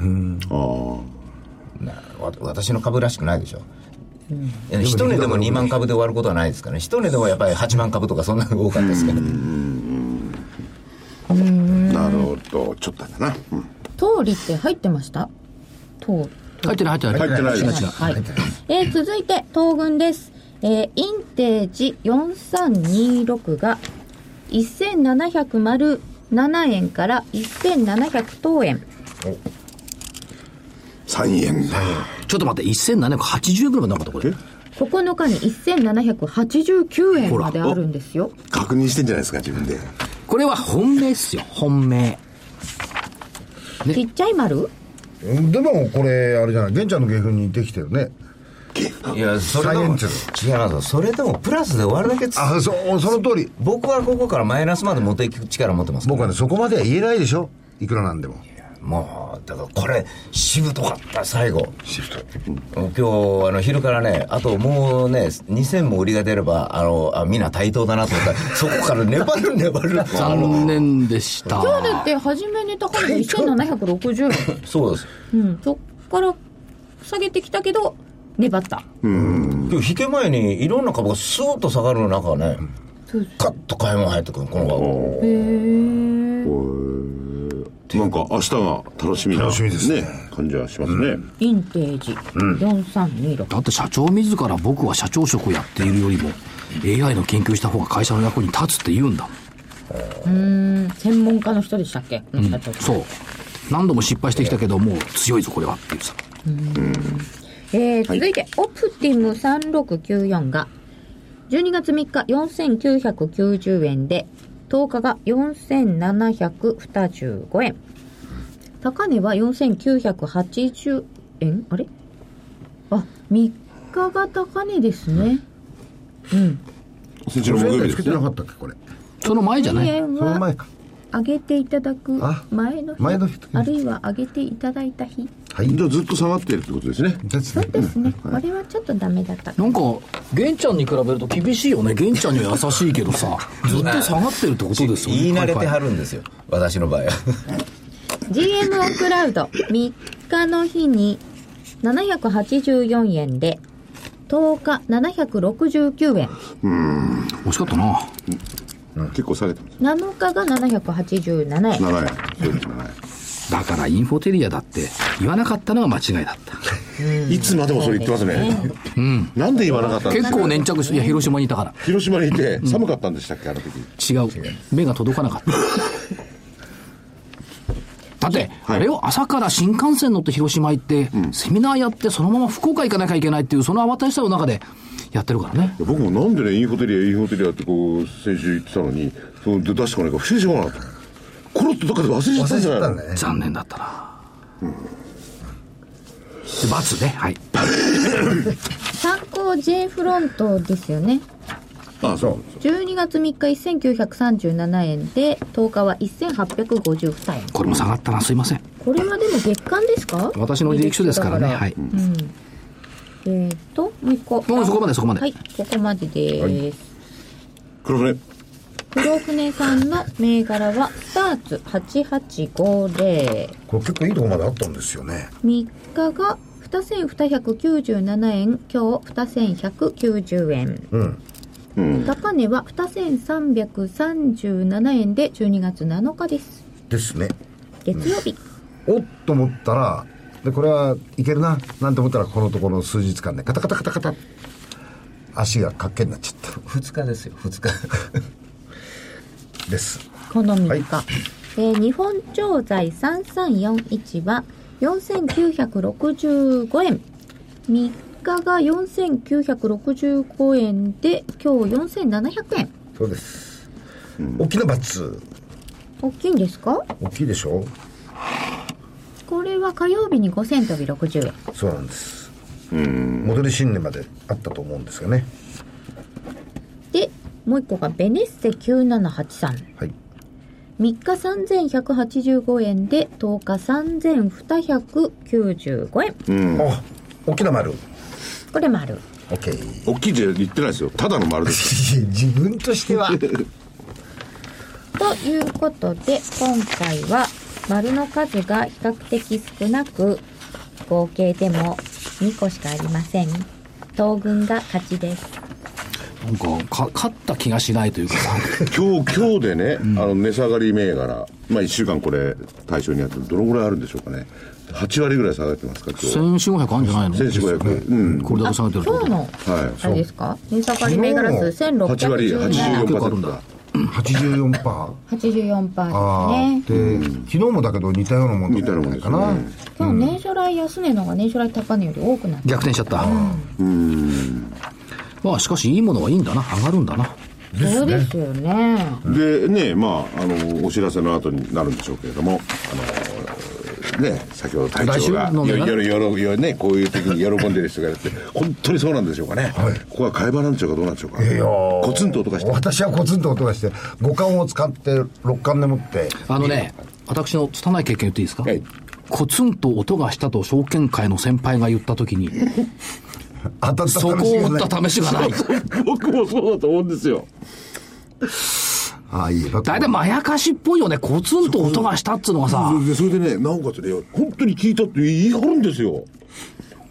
[SPEAKER 4] ああ
[SPEAKER 5] ねわ私の株らしくないでしょいや一値でも2万株で終わることはないですからね一値でもやっぱり8万株とかそんなのが多かったですけど
[SPEAKER 4] なるほど。ちょっとだな。うん
[SPEAKER 1] 通りって入ってました通り
[SPEAKER 2] 入ってない、入ってない。
[SPEAKER 4] 入ってない
[SPEAKER 2] 違う違う
[SPEAKER 1] はい。えー続いて、東軍です。えーインテージ4326が、1707円から1700等円。
[SPEAKER 4] 3円だ。
[SPEAKER 2] ちょっと待って、1780円ぐらいまでなかった、これ。
[SPEAKER 1] 9日に1789円まであるんですよ。
[SPEAKER 4] 確認してんじゃないですか、自分で。
[SPEAKER 2] これは本命っすよ、本命。ね
[SPEAKER 1] ちっちゃい丸
[SPEAKER 3] うんでもこれあれじゃない玄ちゃんの芸風に似てきてるね
[SPEAKER 5] いや、それ
[SPEAKER 3] サ
[SPEAKER 5] で
[SPEAKER 3] イエ
[SPEAKER 5] も、
[SPEAKER 3] ン
[SPEAKER 5] 違
[SPEAKER 3] テ
[SPEAKER 5] います。それでもプラスで終わるだけつ
[SPEAKER 3] あそうその通り
[SPEAKER 5] 僕はここからマイナスまで持っていく力持ってますから
[SPEAKER 3] 僕はねそこまでは言えないでしょいくらなんでも
[SPEAKER 5] もう、だからこれ、しぶとかった、最後。今日、あの、昼からね、あともうね、2000も売りが出れば、あの、あみんな対等だなと思ったら、そこから粘る粘る。あの
[SPEAKER 2] 残念でした。
[SPEAKER 1] 今日だって初めに高値1760円。
[SPEAKER 5] そうです。
[SPEAKER 1] うん。そっから下げてきたけど、粘った。
[SPEAKER 5] 今日、引け前にいろんな株がスーッと下がる中ね、
[SPEAKER 1] そう
[SPEAKER 5] カッと買い物入ってくる、この株。
[SPEAKER 1] へー
[SPEAKER 4] なんか明日が楽しみな。
[SPEAKER 3] 楽しみですね
[SPEAKER 4] 感じはしますね。
[SPEAKER 1] インテージ4326。
[SPEAKER 2] だって社長自ら僕は社長職をやっているよりも AI の研究した方が会社の役に立つって言うんだ
[SPEAKER 1] うん専門家の人でしたっけ、うん、社長
[SPEAKER 2] そう何度も失敗してきたけどもう強いぞこれはっていうさ
[SPEAKER 1] えー続いて、オプティム3694が12月3日4990円で10日が4725円高値は4980円あれあ3日が高値ですね
[SPEAKER 4] そっちの
[SPEAKER 3] 5000
[SPEAKER 4] 木曜日
[SPEAKER 3] 円
[SPEAKER 4] で
[SPEAKER 3] つけ
[SPEAKER 4] す
[SPEAKER 3] て
[SPEAKER 4] ね
[SPEAKER 3] な。かったっけこれ
[SPEAKER 2] その前じゃな
[SPEAKER 1] 1000
[SPEAKER 2] い
[SPEAKER 1] 円
[SPEAKER 3] その前
[SPEAKER 1] は
[SPEAKER 3] か
[SPEAKER 1] 上げていただく
[SPEAKER 3] あ
[SPEAKER 1] 前の日
[SPEAKER 3] 前の日と
[SPEAKER 1] あるいは上げていただいた日
[SPEAKER 3] はい
[SPEAKER 4] じゃあずっと下がってるってことですね。
[SPEAKER 3] ですね
[SPEAKER 1] ですね、これはちょっとダメだった
[SPEAKER 2] なんか玄ちゃんに比べると厳しいよね玄ちゃんには優しいけど さずっと下がってるってことですよね
[SPEAKER 5] 言い慣れ
[SPEAKER 2] は
[SPEAKER 5] て
[SPEAKER 2] いは
[SPEAKER 5] はいるんですよ、私の場合は。
[SPEAKER 1] GMO クラウド3日の日に784円で10日769円
[SPEAKER 2] 惜しかったな
[SPEAKER 4] 結構下げてます。
[SPEAKER 1] 7日が787円
[SPEAKER 4] 7円。そうです7
[SPEAKER 2] だからインフォテリアだって言わなかったのが間違いだっ た
[SPEAKER 4] 円いつまでもそれ言ってますね。うん。なんで言わなかったんです
[SPEAKER 2] 結
[SPEAKER 4] か
[SPEAKER 2] 構粘着していや広島にいたから
[SPEAKER 4] 広島にいて寒かったんでしたっけ、あの時。
[SPEAKER 2] 違う目が届かなかっただって、
[SPEAKER 4] はい
[SPEAKER 2] あれを朝から新幹線乗って広島行って、セミナーやってそのまま福岡行かなきゃいけないっていうその慌ただしさの中でやってるからね
[SPEAKER 4] 僕もなんでね、インフォテリア、インフォテリアってこう、先週言ってたのに、その出してこないか不思議しようかなと。コロッとどっかで忘れちゃった
[SPEAKER 3] 忘
[SPEAKER 4] ん
[SPEAKER 3] れ
[SPEAKER 4] じ
[SPEAKER 3] ちゃ
[SPEAKER 4] ゃ
[SPEAKER 3] ったん
[SPEAKER 4] ないの
[SPEAKER 3] だね
[SPEAKER 2] 残念だったな、で罰ねはい
[SPEAKER 1] 参考 J フロントですよね
[SPEAKER 4] あ、そう。
[SPEAKER 1] 12月3日1937円で10日は1852円
[SPEAKER 2] これも下がったなすいません
[SPEAKER 1] これはでも月間ですか
[SPEAKER 2] 私の履歴書ですからね
[SPEAKER 1] だ
[SPEAKER 2] はい
[SPEAKER 1] うんえー、ともう一個
[SPEAKER 2] うんそこまでそこまで
[SPEAKER 1] はいここまでです、
[SPEAKER 4] 黒船。
[SPEAKER 1] 黒船さんの銘柄はスターツ8850。
[SPEAKER 3] これ結構いいとこまであったんですよね
[SPEAKER 1] 3日が2297円、今日2190円。
[SPEAKER 3] うん
[SPEAKER 4] うん。
[SPEAKER 1] 高値は2337円で12月7日です。
[SPEAKER 3] ですね
[SPEAKER 1] 月曜日。
[SPEAKER 3] おっと思ったらでこれはいけるななんて思ったらこのところの数日間でカタカタカタカタ足がかっけになっちゃっ
[SPEAKER 5] 2日ですよ、2日。
[SPEAKER 3] た です
[SPEAKER 1] この3日。
[SPEAKER 3] はい
[SPEAKER 1] えー日本調剤3341は4965円。3日が4965円で、今日4700円。
[SPEAKER 3] そうです、大きなバツ
[SPEAKER 1] 大きいんですか
[SPEAKER 3] 大きいでしょ
[SPEAKER 1] これは火曜日に5000飛び60円
[SPEAKER 3] そうなんです戻り新年まであったと思うんですよね
[SPEAKER 1] でもう一個がベネッセ9783
[SPEAKER 3] はい
[SPEAKER 1] 3日3185円で10日3295円
[SPEAKER 3] あ大きな丸
[SPEAKER 1] これもある
[SPEAKER 3] OK
[SPEAKER 4] 大きいじゃ言ってないですよ。ただの丸です。
[SPEAKER 3] 自分としては
[SPEAKER 1] ということで今回は丸の数が比較的少なく合計でも2個しかありません東軍が勝ちです
[SPEAKER 2] なんかか勝った気がしないと いうかさ
[SPEAKER 4] 今日、今日でね、あの、値下がり銘柄、まあ1週間これ、対象にやってるどのぐらいあるんでしょうかね。8割ぐらい下がってますか、今日。
[SPEAKER 2] 1500あるんじゃないの
[SPEAKER 4] 1500。うん。
[SPEAKER 2] これだけ下がってるってこと
[SPEAKER 1] 今日の
[SPEAKER 4] はい
[SPEAKER 1] あれですか値下がり銘柄数
[SPEAKER 4] 8割、
[SPEAKER 1] 1614
[SPEAKER 4] 84%だ。
[SPEAKER 3] 84%パ
[SPEAKER 1] 84%です
[SPEAKER 3] ー
[SPEAKER 1] ね
[SPEAKER 3] で、昨日もだけど似たようなもんだったんじゃないかな
[SPEAKER 4] 似たようなもんで
[SPEAKER 1] 今日年初来安値の方が年初来高値より多くなって
[SPEAKER 2] 逆転しちゃった、まあしかしいいものはいいんだな上がるんだな
[SPEAKER 1] そうですよね
[SPEAKER 4] で、ね、まあ、あの、お知らせの後になるんでしょうけれども、あの、ね、先ほど隊長が、
[SPEAKER 2] 来週の
[SPEAKER 4] よ
[SPEAKER 2] ね
[SPEAKER 4] よろよろよろね、こういう時に喜んでる人がいて、 本当にそうなんでしょうかね。ここは買い場なんでしょうか、どうなんでしょうか。
[SPEAKER 3] いやー
[SPEAKER 4] コツンと音がして。
[SPEAKER 3] 私はコツンと音がして五感を使って六感でもって
[SPEAKER 2] あのね私の拙い経験言っていいですか、
[SPEAKER 4] はい
[SPEAKER 2] コツンと音がしたと証券会の先輩が言った時 に
[SPEAKER 3] 当たった
[SPEAKER 2] そこを打った試しがない
[SPEAKER 4] 僕もそうだと思うんですよ。
[SPEAKER 3] ああいいよ
[SPEAKER 2] 大体まやかしっぽいよねコツンと音がしたっつうのがさ
[SPEAKER 4] でそれでね、なおかつね、本当に聞いたって言い張るんですよ。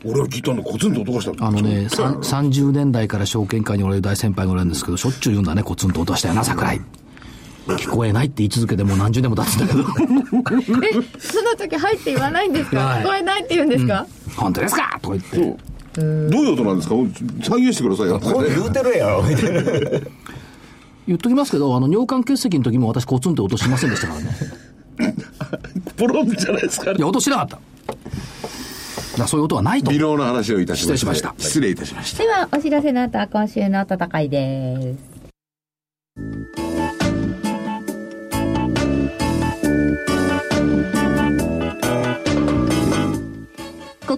[SPEAKER 4] 俺は聞いたんだ、コツンと音がしたの
[SPEAKER 2] あのね、さん30年代から証券会におられる大先輩がおられるんですけど、しょっちゅう言うんだね、コツンと音がしたよな、桜井。聞こえないって言い続けてもう何十年も経つんだけど、
[SPEAKER 1] えその時「はい」って言わないんですか、
[SPEAKER 2] はい
[SPEAKER 1] 聞こえないって言うんですか、
[SPEAKER 2] 本当ですかとか言って。
[SPEAKER 4] どういう音なんですか再現してくださいよ。
[SPEAKER 5] これ言うてるやろみたいな
[SPEAKER 2] 言っときますけど、あの、尿管結石の時も私コツンと音しませんでしたからね。
[SPEAKER 4] ポロンじゃないですか
[SPEAKER 2] い。や、音しなかった。だからそういう音はないと
[SPEAKER 4] 微。妙な話をいたしま
[SPEAKER 2] 失礼
[SPEAKER 4] した。
[SPEAKER 2] しました
[SPEAKER 4] 失礼いたしました。
[SPEAKER 1] ではお知らせの後は今週の戦いです
[SPEAKER 6] こ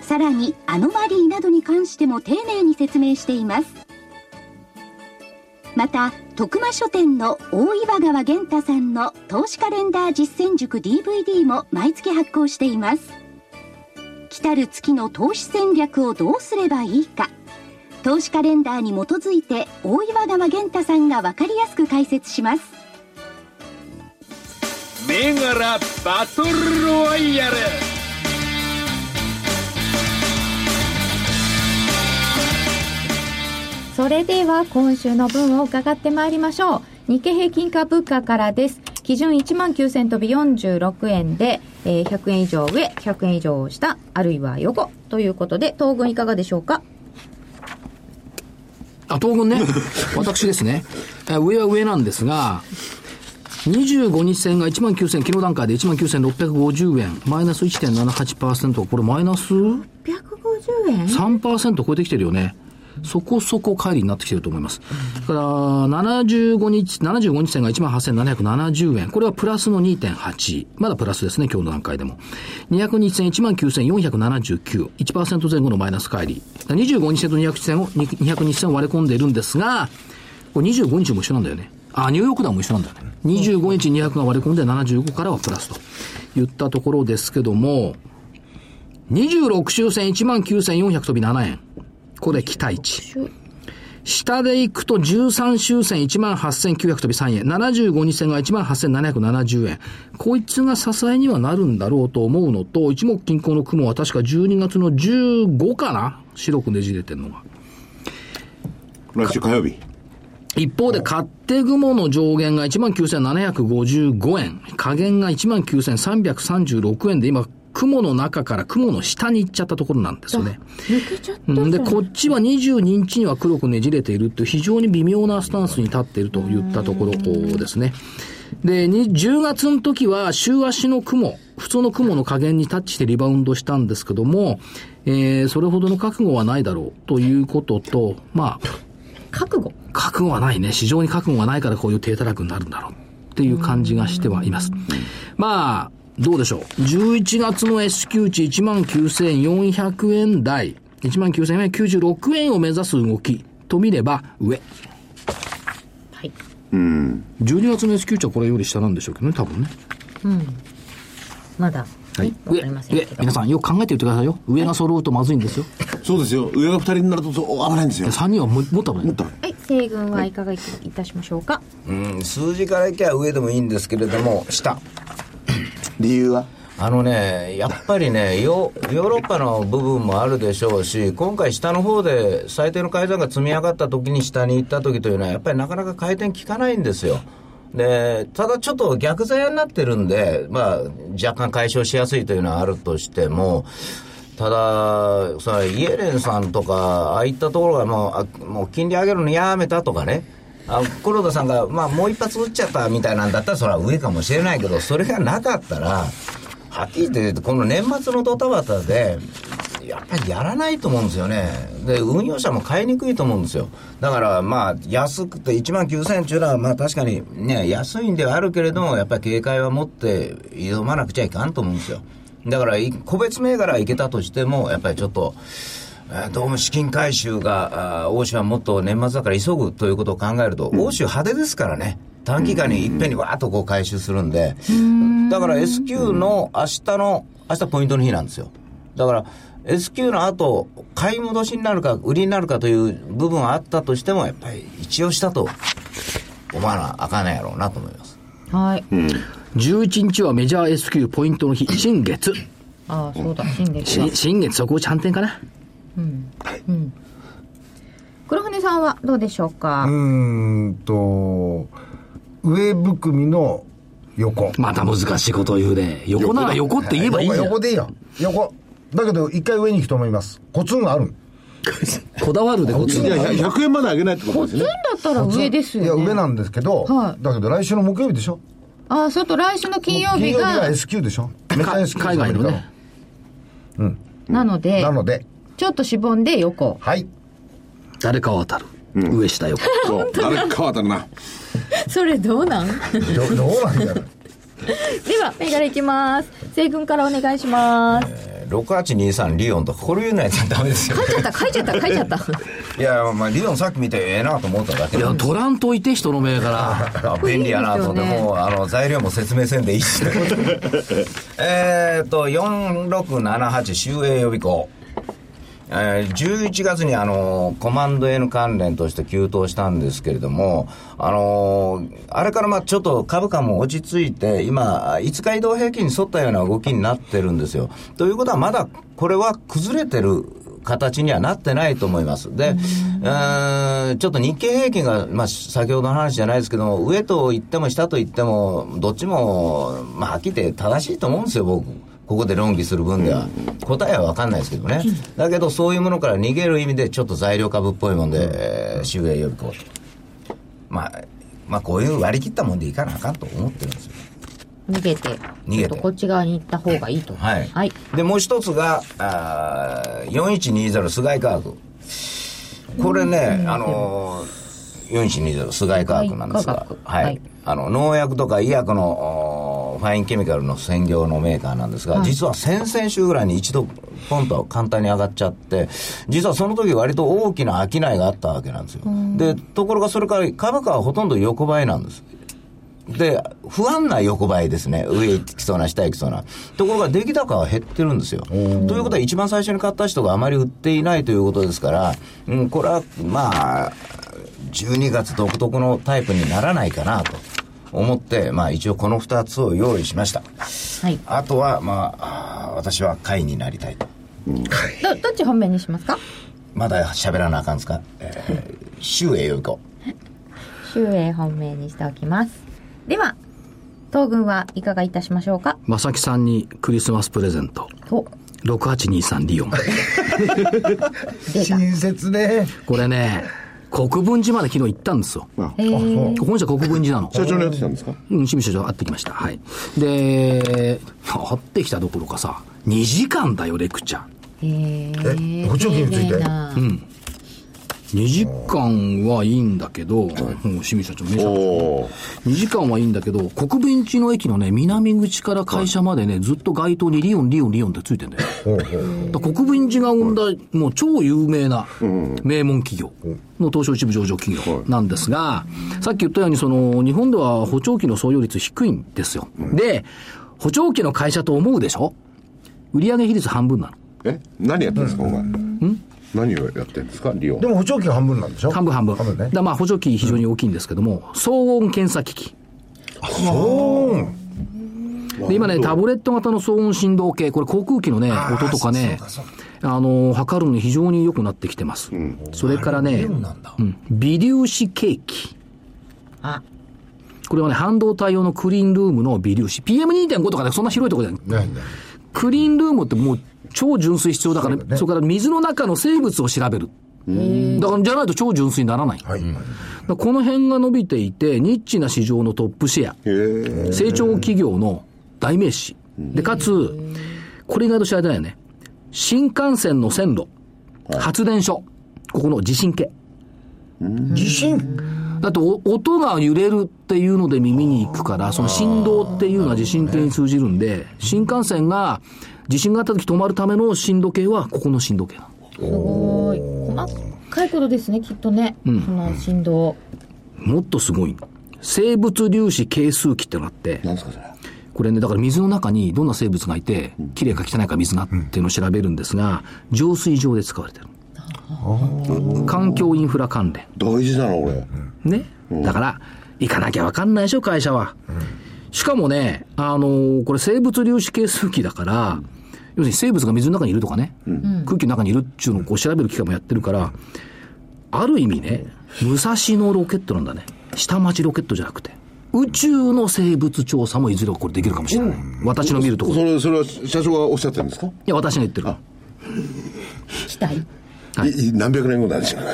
[SPEAKER 6] さらにアノマリーなどに関しても丁寧に説明していますまた徳間書店の大岩川源太さんの投資カレンダー実践塾 DVD も毎月発行しています来たる月の投資戦略をどうすればいいか投資カレンダーに基づいて大岩川源太さんが分かりやすく解説します
[SPEAKER 7] 銘柄バトルロワイヤル
[SPEAKER 1] それでは今週の分を伺ってまいりましょう。日経平均株価からです。基準1万9000飛び46円で、えー100円以上上、100円以上下、あるいは横ということで、東軍いかがでしょうか
[SPEAKER 2] あ、東軍ね。私ですね。え上は上なんですが、25日線が1万9000、昨日段階で1万9650円、マイナス1.78%、これマイナス
[SPEAKER 1] ?150 円
[SPEAKER 2] 3%超えてきてるよね。そこそこ乖離になってきてると思います。だから、75日、75日線が18,770円。これはプラスの2.8。まだプラスですね、今日の段階でも。200日線19,479。1%前後のマイナス乖離。だから25日線と200日線を、に200日線を割り込んでいるんですが、これ25日も一緒なんだよね。あ、ニューヨークダウンも一緒なんだよね。25日200が割り込んで75からはプラスと言ったところですけども、26周線19,400飛び7円。これ期待値。下で行くと13周線18,900飛び3円。75日線が18,770円。こいつが支えにはなるんだろうと思うのと、一目均衡の雲は確か12月の15かな白くねじれてんのが。
[SPEAKER 4] 来週火曜日。
[SPEAKER 2] 一方で、勝手雲の上限が19,755円、下限が19,336円で、今、雲の中から雲の下に行っちゃったところなんですよね。
[SPEAKER 1] 抜けちゃった
[SPEAKER 2] うんで、こっちは22日には黒くねじれているっていう非常に微妙なスタンスに立っているといったところですね。で、に10月の時は週足の雲、普通の雲の加減にタッチしてリバウンドしたんですけども、えー、それほどの覚悟はないだろうということと、まあ、
[SPEAKER 1] 覚悟。
[SPEAKER 2] 覚悟はないね。市場に覚悟がないからこういう低たらくになるんだろうっていう感じがしてはいます。まあ、どうでしょう。11月の S q 値19,400円台、19,496円を目指す動きと見れば上。
[SPEAKER 1] はい。
[SPEAKER 4] うん。
[SPEAKER 2] 12月の S q 値はこれより下なんでしょうけどね、多分ね。
[SPEAKER 1] まだ、はい、わか
[SPEAKER 2] 上
[SPEAKER 1] りま、せん
[SPEAKER 2] 上
[SPEAKER 1] け、ど
[SPEAKER 2] 皆さんよく考えて言ってくださいよ。上が揃うとまずいんですよ。
[SPEAKER 4] そうですよ。上が二人になると、そう危ないんですよ。
[SPEAKER 2] 3人はももっと危な
[SPEAKER 4] もっ
[SPEAKER 2] い。
[SPEAKER 4] と危ない
[SPEAKER 1] はい、西軍はいかがいたしましょうか、
[SPEAKER 5] うん、数字からいけば上でもいいんですけれども、下。
[SPEAKER 4] 理由は
[SPEAKER 5] あのね、やっぱりね、ヨヨーロッパの部分もあるでしょうし、今回、下の方で最低の改ざんが積み上がった時に下に行った時というのは、やっぱりなかなか回転効かないんですよ。でただちょっと逆ざやになってるんで、まあ、若干解消しやすいというのはあるとしても、たださ、イエレンさんとか、ああいったところがもうあ、もう金利上げるのやめたとかね、あ黒田さんが、まあ、もう一発打っちゃったみたいなんだったら、それは上かもしれないけど、それがなかったら、はっきり言って、この年末のドタバタで、やっぱりやらないと思うんですよね。で、運用者も買いにくいと思うんですよ。だから、まあ、安くて1万9000円というのは、まあ確かにね、安いんではあるけれども、やっぱり警戒は持って挑まなくちゃいかんと思うんですよ。だから、い個別銘柄はいけたとしても、やっぱりちょっと、えーどうも資金回収が、あー欧州はもっと年末だから急ぐということを考えると、欧州派手ですからね。短期間にいっぺんにわーっとこう回収するんで、だから S q の明日の、明日ポイントの日なんですよ。だから S q の後、買い戻しになるか、売りになるかという部分はあったとしても、やっぱり一応したと思わなあかんないやろうなと思います。
[SPEAKER 1] はい
[SPEAKER 2] 11日はメジャー S q ポイントの日、新月。
[SPEAKER 1] ああそうだ新月
[SPEAKER 2] し新月、そこをちゃんてんかな。
[SPEAKER 1] 黒船さんはどうでしょうか、
[SPEAKER 3] うーんと上含みの横
[SPEAKER 2] また難しいことを言うね。横なら横って言えばいいじゃん
[SPEAKER 3] 横。でいいよ横だけど一回上に行くと思いますコツンがある
[SPEAKER 2] こだわるでこっち
[SPEAKER 4] いや、100円まで上げないってこと ですよね。
[SPEAKER 1] だったら上です
[SPEAKER 3] いや
[SPEAKER 1] よね
[SPEAKER 3] 上なんですけど、
[SPEAKER 1] はい
[SPEAKER 3] だけど来週の木曜日でしょ
[SPEAKER 1] ああそうと来週の金曜日
[SPEAKER 3] 金曜日が
[SPEAKER 1] が
[SPEAKER 3] S q でしょメタ S q
[SPEAKER 2] 海外のね
[SPEAKER 1] なので
[SPEAKER 3] なので
[SPEAKER 1] ちょっとしぼんで横
[SPEAKER 3] はい
[SPEAKER 2] 誰かは当たる。
[SPEAKER 4] うん
[SPEAKER 2] 上下横。
[SPEAKER 4] そう。誰か変わったらな。
[SPEAKER 1] それどうなんで
[SPEAKER 3] どどうなんだろう
[SPEAKER 1] は銘柄いきます西軍からお願いします
[SPEAKER 5] えー6823リオンとか、これ言うのやつはダメですよ
[SPEAKER 1] 書。いちゃった書いちゃった書いちゃった
[SPEAKER 5] いや、まあリオンさっき見てええなと思っただけ
[SPEAKER 2] い
[SPEAKER 5] な
[SPEAKER 2] や、
[SPEAKER 5] んです
[SPEAKER 2] 取らんといて、人の銘柄。
[SPEAKER 5] あ便利やなと、
[SPEAKER 1] いいですよね
[SPEAKER 5] でもあの材料も説明せんでいいしえーっと4678修営予備校えー11月にあのコマンド N 関連として急騰したんですけれども、あのーあれからまあちょっと株価も落ち着いて、今、5日移動平均に沿ったような動きになってるんですよ。ということは、まだこれは崩れてる形にはなってないと思います。で、うーんちょっと日経平均が、まあ、先ほどの話じゃないですけども、上と言っても下と言っても、どっちも、まあ、はっきり言って正しいと思うんですよ、僕。ここで論議する分では、答えは分かんないですけどね、だけどそういうものから逃げる意味で、ちょっと材料株っぽいもんで、えー収益予備校と、まあ、まあ、こういう割り切ったもんでいかなあかんと思ってるんですよ。
[SPEAKER 1] 逃げて
[SPEAKER 5] げ
[SPEAKER 1] ち
[SPEAKER 5] て
[SPEAKER 1] ょっとこっち側に行った方がいいと
[SPEAKER 5] はい
[SPEAKER 1] はい、
[SPEAKER 5] でもう一つがあー4120菅井科学これね、あのー、4120菅井科学なんです
[SPEAKER 1] 菅井
[SPEAKER 5] が
[SPEAKER 1] 化学、
[SPEAKER 5] はい
[SPEAKER 1] はい
[SPEAKER 5] あの農薬とか医薬のおーファインケミカルの専業のメーカーなんですが、実は先々週ぐらいに一度ポンと簡単に上がっちゃって実はその時割と大きな商いがあったわけなんですよでところがそれから株価はほとんど横ばいなんですで、不安な横ばいですね。上行きそうな、下行きそうな。ところが、出来高は減ってるんですよ。ということは、一番最初に買った人があまり売っていないということですから、うん、これは、まあ、12月独特のタイプにならないかなと思って、まあ、一応この2つを用意しました。
[SPEAKER 1] はい、
[SPEAKER 5] あとは、まあ、あー私は会になりたいと。
[SPEAKER 1] どどっち本命にしますか
[SPEAKER 5] まだ喋らなあかんですか、えー、周へよいこ
[SPEAKER 1] 周英本命にしておきますでは東軍はいかがいたしましょうか
[SPEAKER 2] まさきさんにクリスマスプレゼント。
[SPEAKER 1] お
[SPEAKER 2] 6823リオン。
[SPEAKER 1] 出た
[SPEAKER 3] 親切ね
[SPEAKER 2] これね、国分寺まで昨日行ったんですよ。
[SPEAKER 1] えー、
[SPEAKER 2] 本社国分寺なの。
[SPEAKER 4] 社長にやってきたんですか
[SPEAKER 2] うん、清水社長会ってきました。はい。で、会ってきたどころかさ、2時間だよ、レクチャー。
[SPEAKER 1] えー、
[SPEAKER 3] え補聴器について
[SPEAKER 1] 丁寧な
[SPEAKER 2] うん。 2時間はいいんだけど、もう清水社長、名車
[SPEAKER 4] おー
[SPEAKER 2] 2時間はいいんだけど、国分寺の駅のね、南口から会社までね、ずっと街頭にリオン、リオン、リオンってついてんだよ。だから国分寺が生んだ、もう超有名な名門企業の東証一部上場企業なんですが、さっき言ったように、その、日本では補聴器の創用率低いんですよ。で、補聴器の会社と思うでしょ売上比率半分なの。
[SPEAKER 4] え何やってんですか、お前何をやってんですかリオン
[SPEAKER 3] でも補聴器が半分なんでしょ
[SPEAKER 2] 半分半分。
[SPEAKER 3] 半分
[SPEAKER 2] だ
[SPEAKER 3] ね
[SPEAKER 2] からまあ補助機非常に大きいんですけども、騒音検査機器。騒音で今ね、タブレット型の騒音振動計、これ航空機のね、
[SPEAKER 3] あー
[SPEAKER 2] 音とかね
[SPEAKER 3] そうだそうだ、
[SPEAKER 2] あの、測るのに非常に良くなってきてます。それからね、うん微粒子計器。
[SPEAKER 1] あ
[SPEAKER 2] これはね、半導体用のクリーンルームの微粒子。PM2.5 とかね、そんな広いとこじゃない。
[SPEAKER 3] ないんだ
[SPEAKER 2] クリーンルームってもう超純粋必要だから、
[SPEAKER 3] そうだね
[SPEAKER 2] それから水の中の生物を調べる。だから、じゃないと超純粋にならない。
[SPEAKER 3] はい、
[SPEAKER 2] だからこの辺が伸びていて、ニッチな市場のトップシェ
[SPEAKER 4] へえ
[SPEAKER 2] ア、成長企業の代名詞。で、かつ、これ意外と知られてないよね。新幹線の線路、発電所、ここの地震計。
[SPEAKER 3] 地震
[SPEAKER 2] だってお音が揺れるっていうので耳に行くから、その振動っていうのは地震計に通じるんで、新幹線が地震があった時止まるための振動計はここの振動計なの。
[SPEAKER 1] すごい細かいことですねきっとね、その振動
[SPEAKER 2] もっとすごいの生物粒子係数器ってのがあって、
[SPEAKER 4] 何ですかそれ
[SPEAKER 2] これね、だから水の中にどんな生物がいて、きれいか汚いか水がっていうのを調べるんですが、浄水場で使われてる。環境インフラ関連。
[SPEAKER 4] 大事だな俺、
[SPEAKER 2] ね。だから、行かなきゃわかんないでしょ、会社は。しかもね、あのーこれ生物粒子係数器だから、要するに生物が水の中にいるとかね、空気の中にいるっていうのをこう調べる機会もやってるから、ある意味ね、武蔵野ロケットなんだね。下町ロケットじゃなくて。宇宙の生物調査もいずれはこれできるかもしれない。私の見るところ
[SPEAKER 4] そ。れそれは社長がおっしゃってるんですか、
[SPEAKER 2] いや、私が言ってる。い
[SPEAKER 8] 期待
[SPEAKER 2] はい
[SPEAKER 4] い、い何百年後なんでしょうね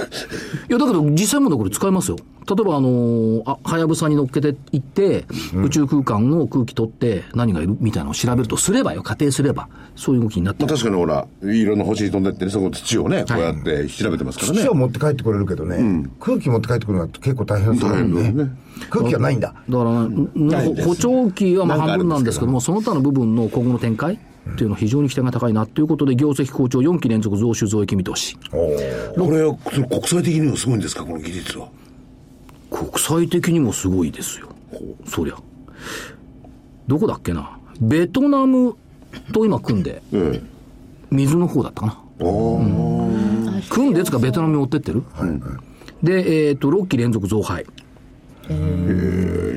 [SPEAKER 2] や、だけど実際問題これ使いますよ。例えば、あのーあ、はやぶさに乗っけていって、宇宙空間の空気取って何がいるみたいなのを調べるとすればよ、仮定すれば、そういう動きになって
[SPEAKER 4] まあ
[SPEAKER 2] る。
[SPEAKER 4] 確かにほらいろんな星に飛んでってねそこ土をねこうやって調べてますからね、
[SPEAKER 3] 土を持って帰ってこれるけどね、空気持って帰ってくるのは結構大変そうだよ
[SPEAKER 4] 大
[SPEAKER 3] ね
[SPEAKER 4] 変だね
[SPEAKER 3] 空気がないんだ
[SPEAKER 2] だから、ね
[SPEAKER 4] いです
[SPEAKER 2] 補聴器はまあ
[SPEAKER 4] なんかあ
[SPEAKER 2] 半
[SPEAKER 4] るんで
[SPEAKER 2] 分なんです
[SPEAKER 4] すけど
[SPEAKER 2] けども、その他の部分の今後の展開っていうのは非常に期待が高いなということで、業績好調4期連続増収増益見通し。
[SPEAKER 4] これはその国際的にもすごいんですかこの技術は
[SPEAKER 2] 国際的にもすごいですよ。そりゃ。どこだっけな。ベトナムと今組んで、
[SPEAKER 4] え
[SPEAKER 2] 水の方だったかな。
[SPEAKER 4] えおー
[SPEAKER 2] 組んでつかベトナムに持ってってる、で、えっと6期連続増配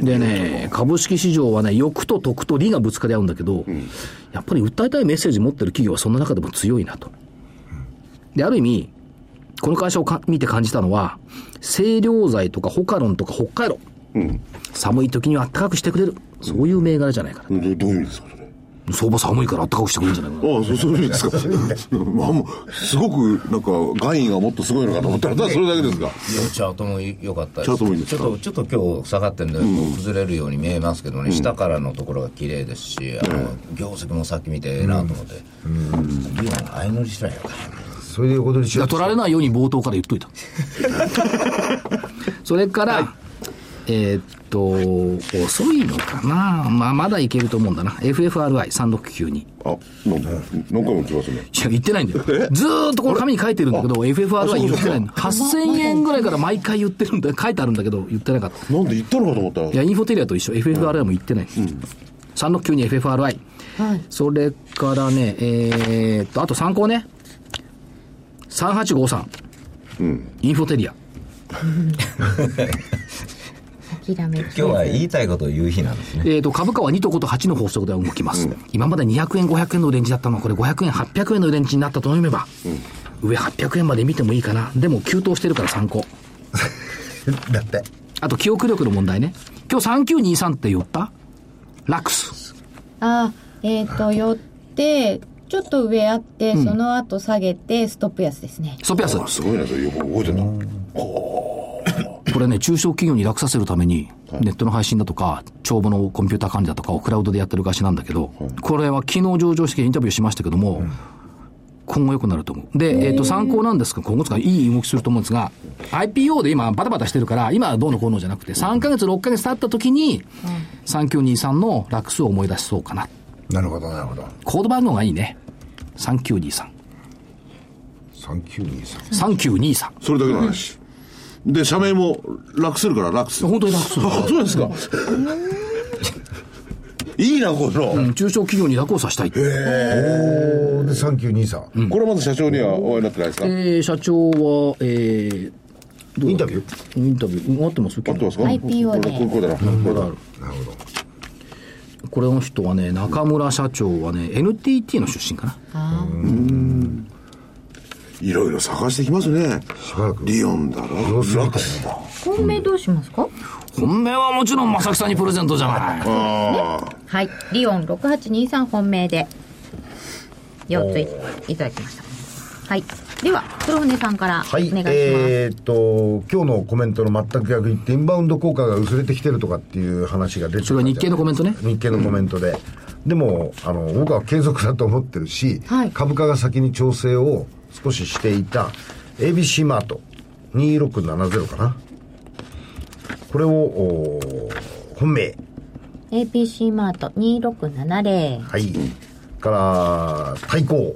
[SPEAKER 2] でね株式市場はね欲と得と利がぶつかり合うんだけど、やっぱり訴えたいメッセージ持ってる企業はそんな中でも強いなとである意味この会社をか見て感じたのは清涼剤とかホカロンとか北海道、寒い時には暖かくしてくれるそういう銘柄じゃないかな、
[SPEAKER 4] どどういう意味ですかそれ
[SPEAKER 2] 相場寒いから暖かくしてくれるんじゃないかな
[SPEAKER 4] ああ、そうそういう意味です か。まあ、もう、すごく、なんか、ガインがもっとすごいのかと思ったら、ただそれだけですか。
[SPEAKER 5] チャートも良かったです
[SPEAKER 4] チャートもいいです
[SPEAKER 5] ちょ
[SPEAKER 4] か
[SPEAKER 5] っとちょっと今日下がってるんで、崩れるように見えますけどね、下からのところが綺麗ですし、あの業績もさっき見てええなと思って、リオン相乗りしたいよか
[SPEAKER 3] それで横取りし
[SPEAKER 2] い
[SPEAKER 3] よ
[SPEAKER 2] や
[SPEAKER 3] う
[SPEAKER 2] 取られないように冒頭から言っとい たそれから、えーっと遅いのかな、まあ、まだいけると思うんだな FFRI3692 い
[SPEAKER 4] あ、なんか、何回も来ますね。
[SPEAKER 2] や言ってないんだよずーっとこの紙に書いてるんだけど FFRI 言ってないの8000円ぐらいから毎回言ってるんだ書いてあるんだけど言ってなかった
[SPEAKER 4] なんで言ったのかと思ったら
[SPEAKER 2] い、やインフォテリアと一緒 FFRI も言ってない、3692 FFRI
[SPEAKER 1] はい
[SPEAKER 2] それからねえー、っとあと参考ね3853、インフォテリア
[SPEAKER 1] 諦め
[SPEAKER 5] 今日は言いたいことを言う日なんですね
[SPEAKER 2] えー、と株価は2と5と8の法則で動きます、今まで200円500円のレンジだったのはこれ500円800円のレンジになったと読めば、上800円まで見てもいいかなでも急騰してるから参考
[SPEAKER 3] だって
[SPEAKER 2] あと記憶力の問題ね今日3923って寄ったラックス
[SPEAKER 1] あえっ、と寄ってちょっと上あって、その後下げてストップ安ですね
[SPEAKER 2] ソピアス
[SPEAKER 4] あすごいな、それ、よく覚えてんな。
[SPEAKER 2] これね中小企業に楽させるためにネットの配信だとか帳簿のコンピューター管理だとかをクラウドでやってる会社なんだけどこれは昨日上場してインタビューしましたけども、こ今後良くなると思う。で、えっ、と、参考なんですけど、今後とかいい動きすると思うんですが、IPO で今バタバタしてるから、今はどうのこうのじゃなくて、3ヶ月、6ヶ月経った時に、3923のラックスを思い出しそうかな。
[SPEAKER 3] なるほどなるほど
[SPEAKER 2] コード番号がいいね。3923。
[SPEAKER 3] 3923
[SPEAKER 2] 3923。
[SPEAKER 4] それだけの話。で、社名も楽するから楽する。
[SPEAKER 2] 本当にラックス
[SPEAKER 4] あ、そうですか。いいな、この。
[SPEAKER 2] うん中小企業に楽をさせたい。
[SPEAKER 3] おーで3923、
[SPEAKER 4] これまず社長にはお会いになってないですか
[SPEAKER 2] えー社長は、えー、
[SPEAKER 3] インタビュー
[SPEAKER 2] インタビュー、うん合ってます
[SPEAKER 4] 合ってますか
[SPEAKER 8] IPO で
[SPEAKER 4] これこれだな。これだ。
[SPEAKER 3] なるほど
[SPEAKER 2] これの人はね、中村社長はね、NTT の出身かな。
[SPEAKER 4] いろいろ探してきますね。
[SPEAKER 3] しばらく
[SPEAKER 4] リオンだろ。
[SPEAKER 3] 様子見て
[SPEAKER 4] ラクスだ。
[SPEAKER 1] 本命どうしますか
[SPEAKER 2] 本命はもちろん正木さんにプレゼントじゃない。
[SPEAKER 4] あ
[SPEAKER 1] はいリオン6823本命で4ついいただきましたはいでは黒船さんからお
[SPEAKER 3] は
[SPEAKER 1] 願い
[SPEAKER 3] い
[SPEAKER 1] し、ます、
[SPEAKER 3] えーっと、今日のコメントの全く逆に言って、インバウンド効果が薄れてきてるとかっていう話が出てた
[SPEAKER 2] それは日経のコメントね。
[SPEAKER 3] 日経のコメントで。でも、あの、僕は継続だと思ってるし、
[SPEAKER 1] はい
[SPEAKER 3] 株価が先に調整を少ししていた ABC マート2670かな。これを、おー本命。
[SPEAKER 1] APC マート2670
[SPEAKER 3] はい。から、対抗。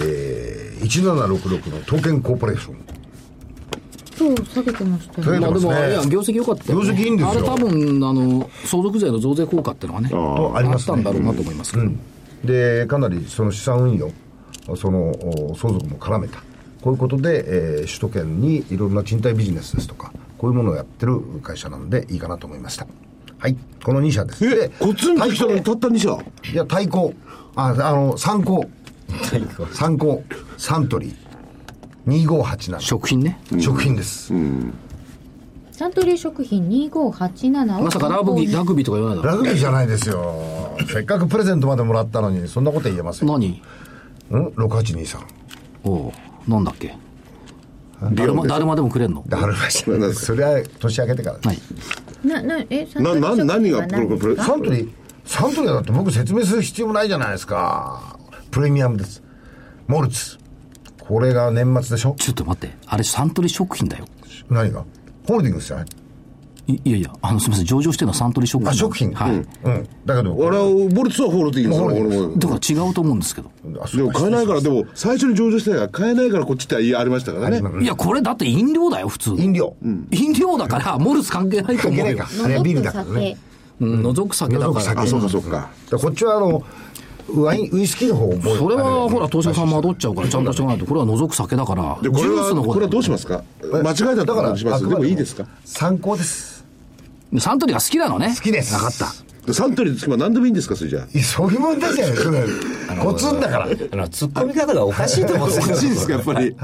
[SPEAKER 3] えー、1766の東建コーポレーション。
[SPEAKER 1] 今日下げてましたよ
[SPEAKER 3] 下げ
[SPEAKER 1] ね
[SPEAKER 3] て
[SPEAKER 2] まあでも、
[SPEAKER 3] そうですね
[SPEAKER 2] いや業績良かったよね、
[SPEAKER 3] 業績いいんですよ
[SPEAKER 2] あれ多分、あの、相続税の増税効果っていうのがね、
[SPEAKER 3] とありますね
[SPEAKER 2] ったんだろうなと思いますけど。
[SPEAKER 3] でかなりその資産運用そのお相続も絡めたこういうことで、えー首都圏にいろんな賃貸ビジネスですとかこういうものをやってる会社なんでいいかなと思いましたはいこの2社です
[SPEAKER 4] え
[SPEAKER 3] で、
[SPEAKER 4] こっちに来たのに
[SPEAKER 3] 対
[SPEAKER 4] たった2社。
[SPEAKER 3] 抗いや対抗ああの参考参考サントリー2587
[SPEAKER 2] 食品ね。
[SPEAKER 3] 食品です、
[SPEAKER 1] サントリー食品2587を
[SPEAKER 2] まさかラグビー、ラグビーとか言わないだろ
[SPEAKER 3] ラグビーじゃないですよせっかくプレゼントまでもらったのにそんなこと言えませんん
[SPEAKER 2] 何
[SPEAKER 3] 6823
[SPEAKER 2] おう、なんだっけ。だ
[SPEAKER 4] リ
[SPEAKER 2] る
[SPEAKER 4] オン
[SPEAKER 2] ま、
[SPEAKER 4] です
[SPEAKER 2] だるまでもくれんの
[SPEAKER 3] だるまじゃないそれは年明けてからです
[SPEAKER 2] はい。
[SPEAKER 1] ななえサント
[SPEAKER 4] な、
[SPEAKER 1] リー
[SPEAKER 4] な、何が、
[SPEAKER 1] 食品は
[SPEAKER 4] これ、
[SPEAKER 1] 何です
[SPEAKER 4] これ、
[SPEAKER 1] か
[SPEAKER 3] サントリー、サントリーはだって僕説明する必要もないじゃないですか。プレミアムです。モルツ。これが年末でしょ
[SPEAKER 2] ちょっと待って、あれサントリー食品だよ。
[SPEAKER 3] 何がホールディングスじゃない
[SPEAKER 2] いいやいや、あの、すみません、上場してるのはサントリー食品。
[SPEAKER 3] あ、食品。
[SPEAKER 2] はい。
[SPEAKER 3] うん。うんだけど、
[SPEAKER 4] 俺は、ボルツはホールディングスだ
[SPEAKER 3] ホールディング
[SPEAKER 4] 俺
[SPEAKER 3] ス
[SPEAKER 4] も。
[SPEAKER 2] だから違うと思うんですけど。
[SPEAKER 3] あ
[SPEAKER 4] でも買えないから、でも、最初に上場してたから、買えないからこっちって言いありましたからね。
[SPEAKER 2] いや、これだって飲料だよ、普通。
[SPEAKER 3] 飲料。
[SPEAKER 2] 飲料だから、モルス関係ないと
[SPEAKER 3] 関
[SPEAKER 2] 思
[SPEAKER 3] 係な
[SPEAKER 2] うよ
[SPEAKER 3] いか。。あれはビールだから
[SPEAKER 8] 酒、
[SPEAKER 3] ね。
[SPEAKER 2] うん、覗く酒だ
[SPEAKER 3] 覗
[SPEAKER 2] か
[SPEAKER 3] く酒
[SPEAKER 2] ら。
[SPEAKER 4] あ、そうか、そうか。
[SPEAKER 3] だからこっちは、あの、ワイン、ウイスキーの方を覚え
[SPEAKER 2] それは、ほら、東
[SPEAKER 3] 東
[SPEAKER 2] 芝さん惑っちゃうから、ちゃんとしておかないと、これは覗く酒だから、ジ
[SPEAKER 4] で、
[SPEAKER 2] ュ
[SPEAKER 4] これ
[SPEAKER 2] ース
[SPEAKER 4] は、
[SPEAKER 2] の
[SPEAKER 4] こ
[SPEAKER 2] 方
[SPEAKER 4] れはどう
[SPEAKER 2] だ
[SPEAKER 4] しますか間違えたところにします。でもいいですか
[SPEAKER 3] 参考です。
[SPEAKER 2] サントリーが好きなのね。
[SPEAKER 3] 好きです。
[SPEAKER 2] わかった。
[SPEAKER 4] でサントリーの隙間何でもいいんですか、それじゃあ。
[SPEAKER 3] いや、そういう問題じゃない。そ れ、コツンだから。
[SPEAKER 5] あの突っ込み方がおかしいと思うん
[SPEAKER 4] おかしいですか、やっ
[SPEAKER 5] よ
[SPEAKER 4] ぱり。い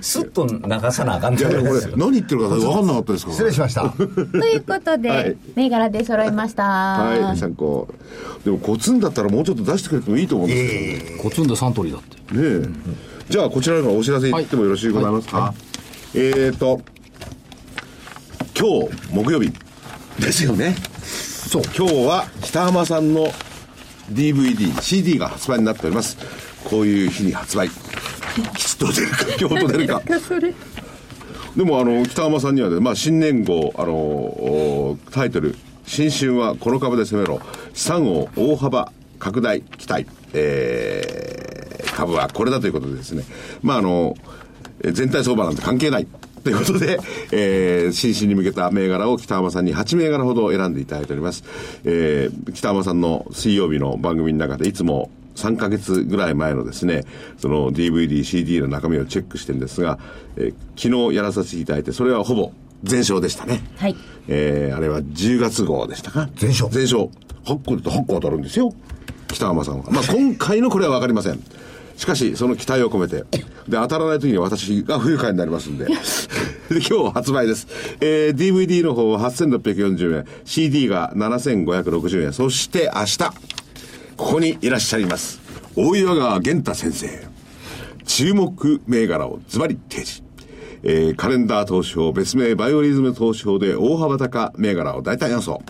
[SPEAKER 5] スッと流さなあかんじゃ
[SPEAKER 4] や、
[SPEAKER 5] な
[SPEAKER 4] で
[SPEAKER 5] い
[SPEAKER 4] もこれ
[SPEAKER 5] です、よ
[SPEAKER 4] 何言ってるか分かんなかったですから。
[SPEAKER 3] 失礼しま した。
[SPEAKER 1] ということで、
[SPEAKER 4] はい
[SPEAKER 1] 銘柄で揃いました
[SPEAKER 4] はい、参考。でも、コツンだったらもうちょっと出してくれてもいいと思うんですけどね。
[SPEAKER 2] コツンでサントリーだって。
[SPEAKER 4] ねえ、じゃあこちらのお知らせに行ってもよろしいございますか、えーと今日木曜日ですよねそう今日は北浜さんの DVDCD が発売になっておりますこういう日に発 売吉と出るか京と出るかでもあの北浜さんにはね、まあ、新年号あのおタイトル「新春はこの株で攻めろ資産を大幅拡大期待」えー株はこれだということでですねまああのえー全体相場なんて関係ないということで、えー新春に向けた銘柄を北浜さんに8銘柄ほど選んでいただいております、えー北浜さんの水曜日の番組の中でいつも3ヶ月ぐらい前のですね、その DVD、CD の中身をチェックしてるんですが、えー昨日やらさせていただいて、それはほぼ全勝でしたね。
[SPEAKER 1] はい
[SPEAKER 4] えーあれは10月号でしたか
[SPEAKER 3] 全勝
[SPEAKER 4] 全勝。8個と8個当たるんですよ。北浜さん は。まあ、今回のこれはわかりません。しかし、その期待を込めて。で、当たらない時には私が不愉快にな りますんで。で、今日発売です。えー DVD の方は8640円、CD が7560円、そして明日、ここにいらっしゃいます。大岩川玄太先生。注目銘柄をズバリ提示。えーカレンダー東証、別名バイオリズム東証で大幅高銘柄を大体予想。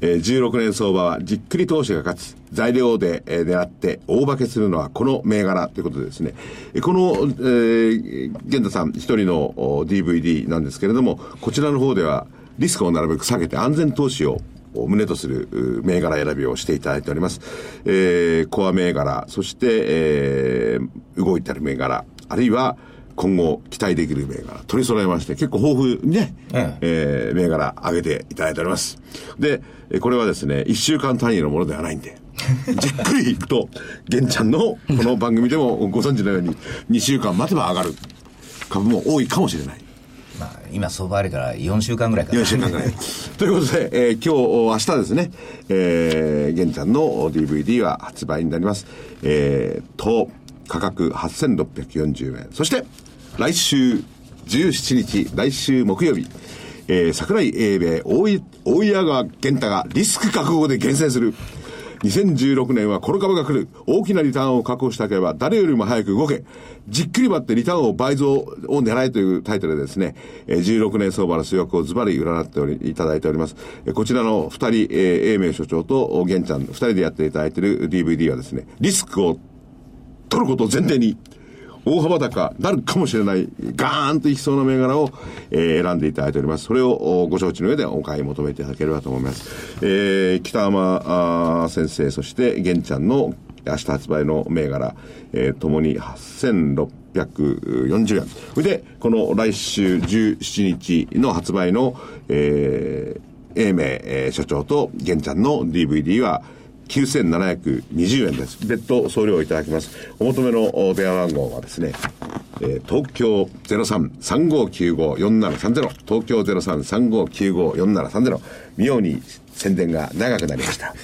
[SPEAKER 4] えー16年相場はじっくり投資が勝ち、材料で、えー狙って大化けするのはこの銘柄ということでですね、えーこの、えー、源田さん一人のお DVD なんですけれども、こちらの方ではリスクをなるべく下げて安全投資をを旨とするう銘柄選びをしていただいております。えーコア銘柄、そして、えー動いてる銘柄、あるいは、今後期待できる銘柄取り揃えまして結構豊富にね、
[SPEAKER 5] え
[SPEAKER 4] えー銘柄上げていただいております。で、えーこれはですね、1週間単位のものではないん で、じっくりいくと、玄ちゃんのこの番組でもご存知のように2週間待てば上がる株も多いかもしれない。
[SPEAKER 5] まあ、今相場あれから4週間ぐらいかな
[SPEAKER 4] 4週間ぐらい。 ということで、えー今日、明日ですね、えー、玄ちゃんの DVD は発売になります。えー、と、価格8640円。そして、来週17日、来週木曜日、えー、桜井英米、大井、大井川玄太がリスク覚悟で厳選する。2016年はこの株が来る。大きなリターンを確保したければ誰よりも早く動け。じっくり待ってリターンを倍増を狙えというタイトルでですね、えー16年相場の主役をズバリ占っており、いただいております。えーこちらの二人、えー、英明所長とお玄ちゃん、二人でやっていただいている DVD はですね、リスクを取ることを前提に、大幅高なるかもしれない、ガーンといきそうな銘柄を、えー選んでいただいております。それをおご承知の上でお買い求めていただければと思います。えー北浜あー先生、そして玄ちゃんの明日発売の銘柄、えー、ともに8640円。それで、この来週17日の発売の、えー、英明、えー所長と玄ちゃんの DVD は、9720円です。別途送料いただきます。お求めのお電話番号はですね、えー東京03-3595-4730、東京03-3595-4730、妙に宣伝が長くなりました。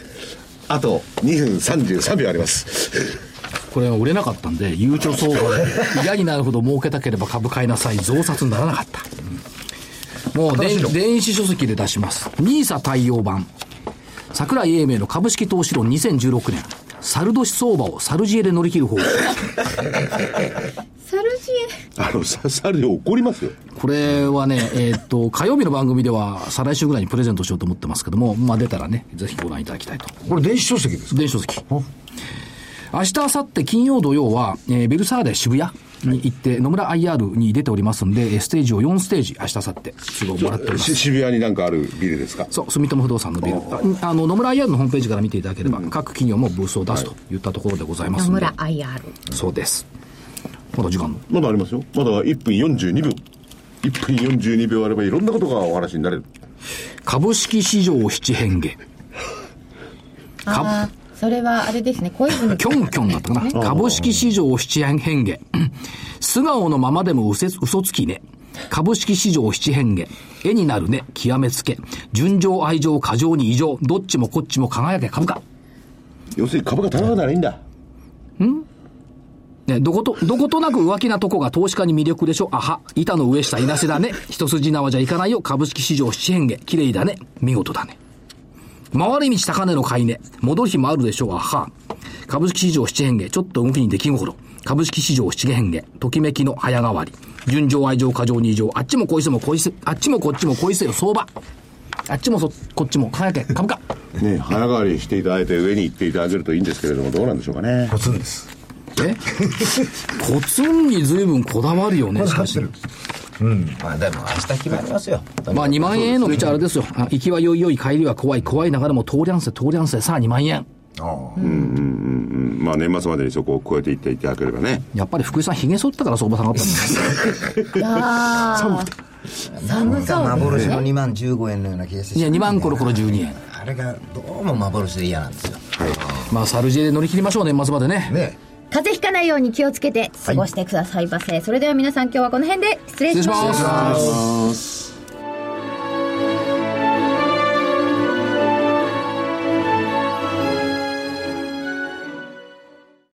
[SPEAKER 4] あと2分33秒あります。
[SPEAKER 2] これは売れなかったんで、悠長相場で嫌になるほど儲けたければ株買いなさい、増刷にならなかった。もう電電子書籍で出します。NISA 対応版。桜井英明の株式投資論2016年。サル年相場をサルジエで乗り切る方法。
[SPEAKER 8] サルジ
[SPEAKER 4] あの、さ、さるで怒りますよ。
[SPEAKER 2] これはね、えーっと、火曜日の番組では再来週ぐらいにプレゼントしようと思ってますけども、まあ出たらね、ぜひご覧いただきたいと
[SPEAKER 3] これ電子書籍です
[SPEAKER 2] 電子書籍。明日、明後日、金曜、土曜は、えーベルサーレ渋谷に行って、野村 IR に出ておりますんで、えーステージを4ステージ、明日、明後日、すごいもらっております。
[SPEAKER 4] し渋谷になんかあるビルですか
[SPEAKER 2] そう、住友不動産のビル。ああの、野村 IR のホームページから見ていただければ、各企業もブースを出すといったところでございます
[SPEAKER 1] 野
[SPEAKER 2] ので、
[SPEAKER 1] 村 IR
[SPEAKER 2] そうです。まだ時間の。
[SPEAKER 4] まだありますよ。まだ1分42秒。1分42秒あればいろんなことがお話になれる。
[SPEAKER 2] 株式市場七変化。
[SPEAKER 8] ああそれはあれですね小泉
[SPEAKER 2] キョンキョンだったかな。株式市場七変化。素顔のままでも嘘嘘つきね。株式市場七変化。絵になるね。極めつけ。純情、愛情、過剰に異常。どっちもこっちも輝け株価。
[SPEAKER 4] 要するに株が高くならいいんだ。
[SPEAKER 2] ね、どこと、どことなく浮気なとこが投資家に魅力でしょ。あは。板の上下いなせだね。一筋縄じゃいかないよ。株式市場七変化。綺麗だね。見事だね。回り道高値の買い値。戻る日もあるでしょう。あは。株式市場七変化。ちょっと動きに出来心。株式市場七変化。ときめきの早変わり。純情愛情過剰に異常。あっちもこいつもこいつ、あっちもこっちもこいつよ相場。あっちもそ、こっちも輝け株 価。
[SPEAKER 4] ね、早変わりしていただいて上に行っていただけるといいんですけれども、どうなんでしょうかね。
[SPEAKER 3] ポツンです
[SPEAKER 2] え コツンに随分こだわるよね、しかし。
[SPEAKER 5] まあでも明日決まりますよ
[SPEAKER 2] まあ2万円への道はあれですよ。あ行きはよいよい、帰りは怖い、怖いながらも通りゃんせ、通りゃんせ、さあ2万円。
[SPEAKER 4] うんまあ年末までにそこを超えていっていただければね。
[SPEAKER 2] やっぱり福井さん、髭剃ったから相場下がったん ですよ
[SPEAKER 8] いやー寒そう
[SPEAKER 5] なんか幻の2万15円のような気がして
[SPEAKER 2] い
[SPEAKER 5] しま
[SPEAKER 2] や、
[SPEAKER 5] う
[SPEAKER 2] 2万コロコロ12円。
[SPEAKER 5] あれがどうも幻で嫌なんですよ
[SPEAKER 2] まあ、サルジエで乗り切りましょう、年末までね。
[SPEAKER 3] ね
[SPEAKER 1] 風邪ひかないように気をつけて過ごしてくださいませ、それでは皆さん今日はこの辺で失礼し
[SPEAKER 2] 失
[SPEAKER 1] ます
[SPEAKER 2] 礼します
[SPEAKER 4] あー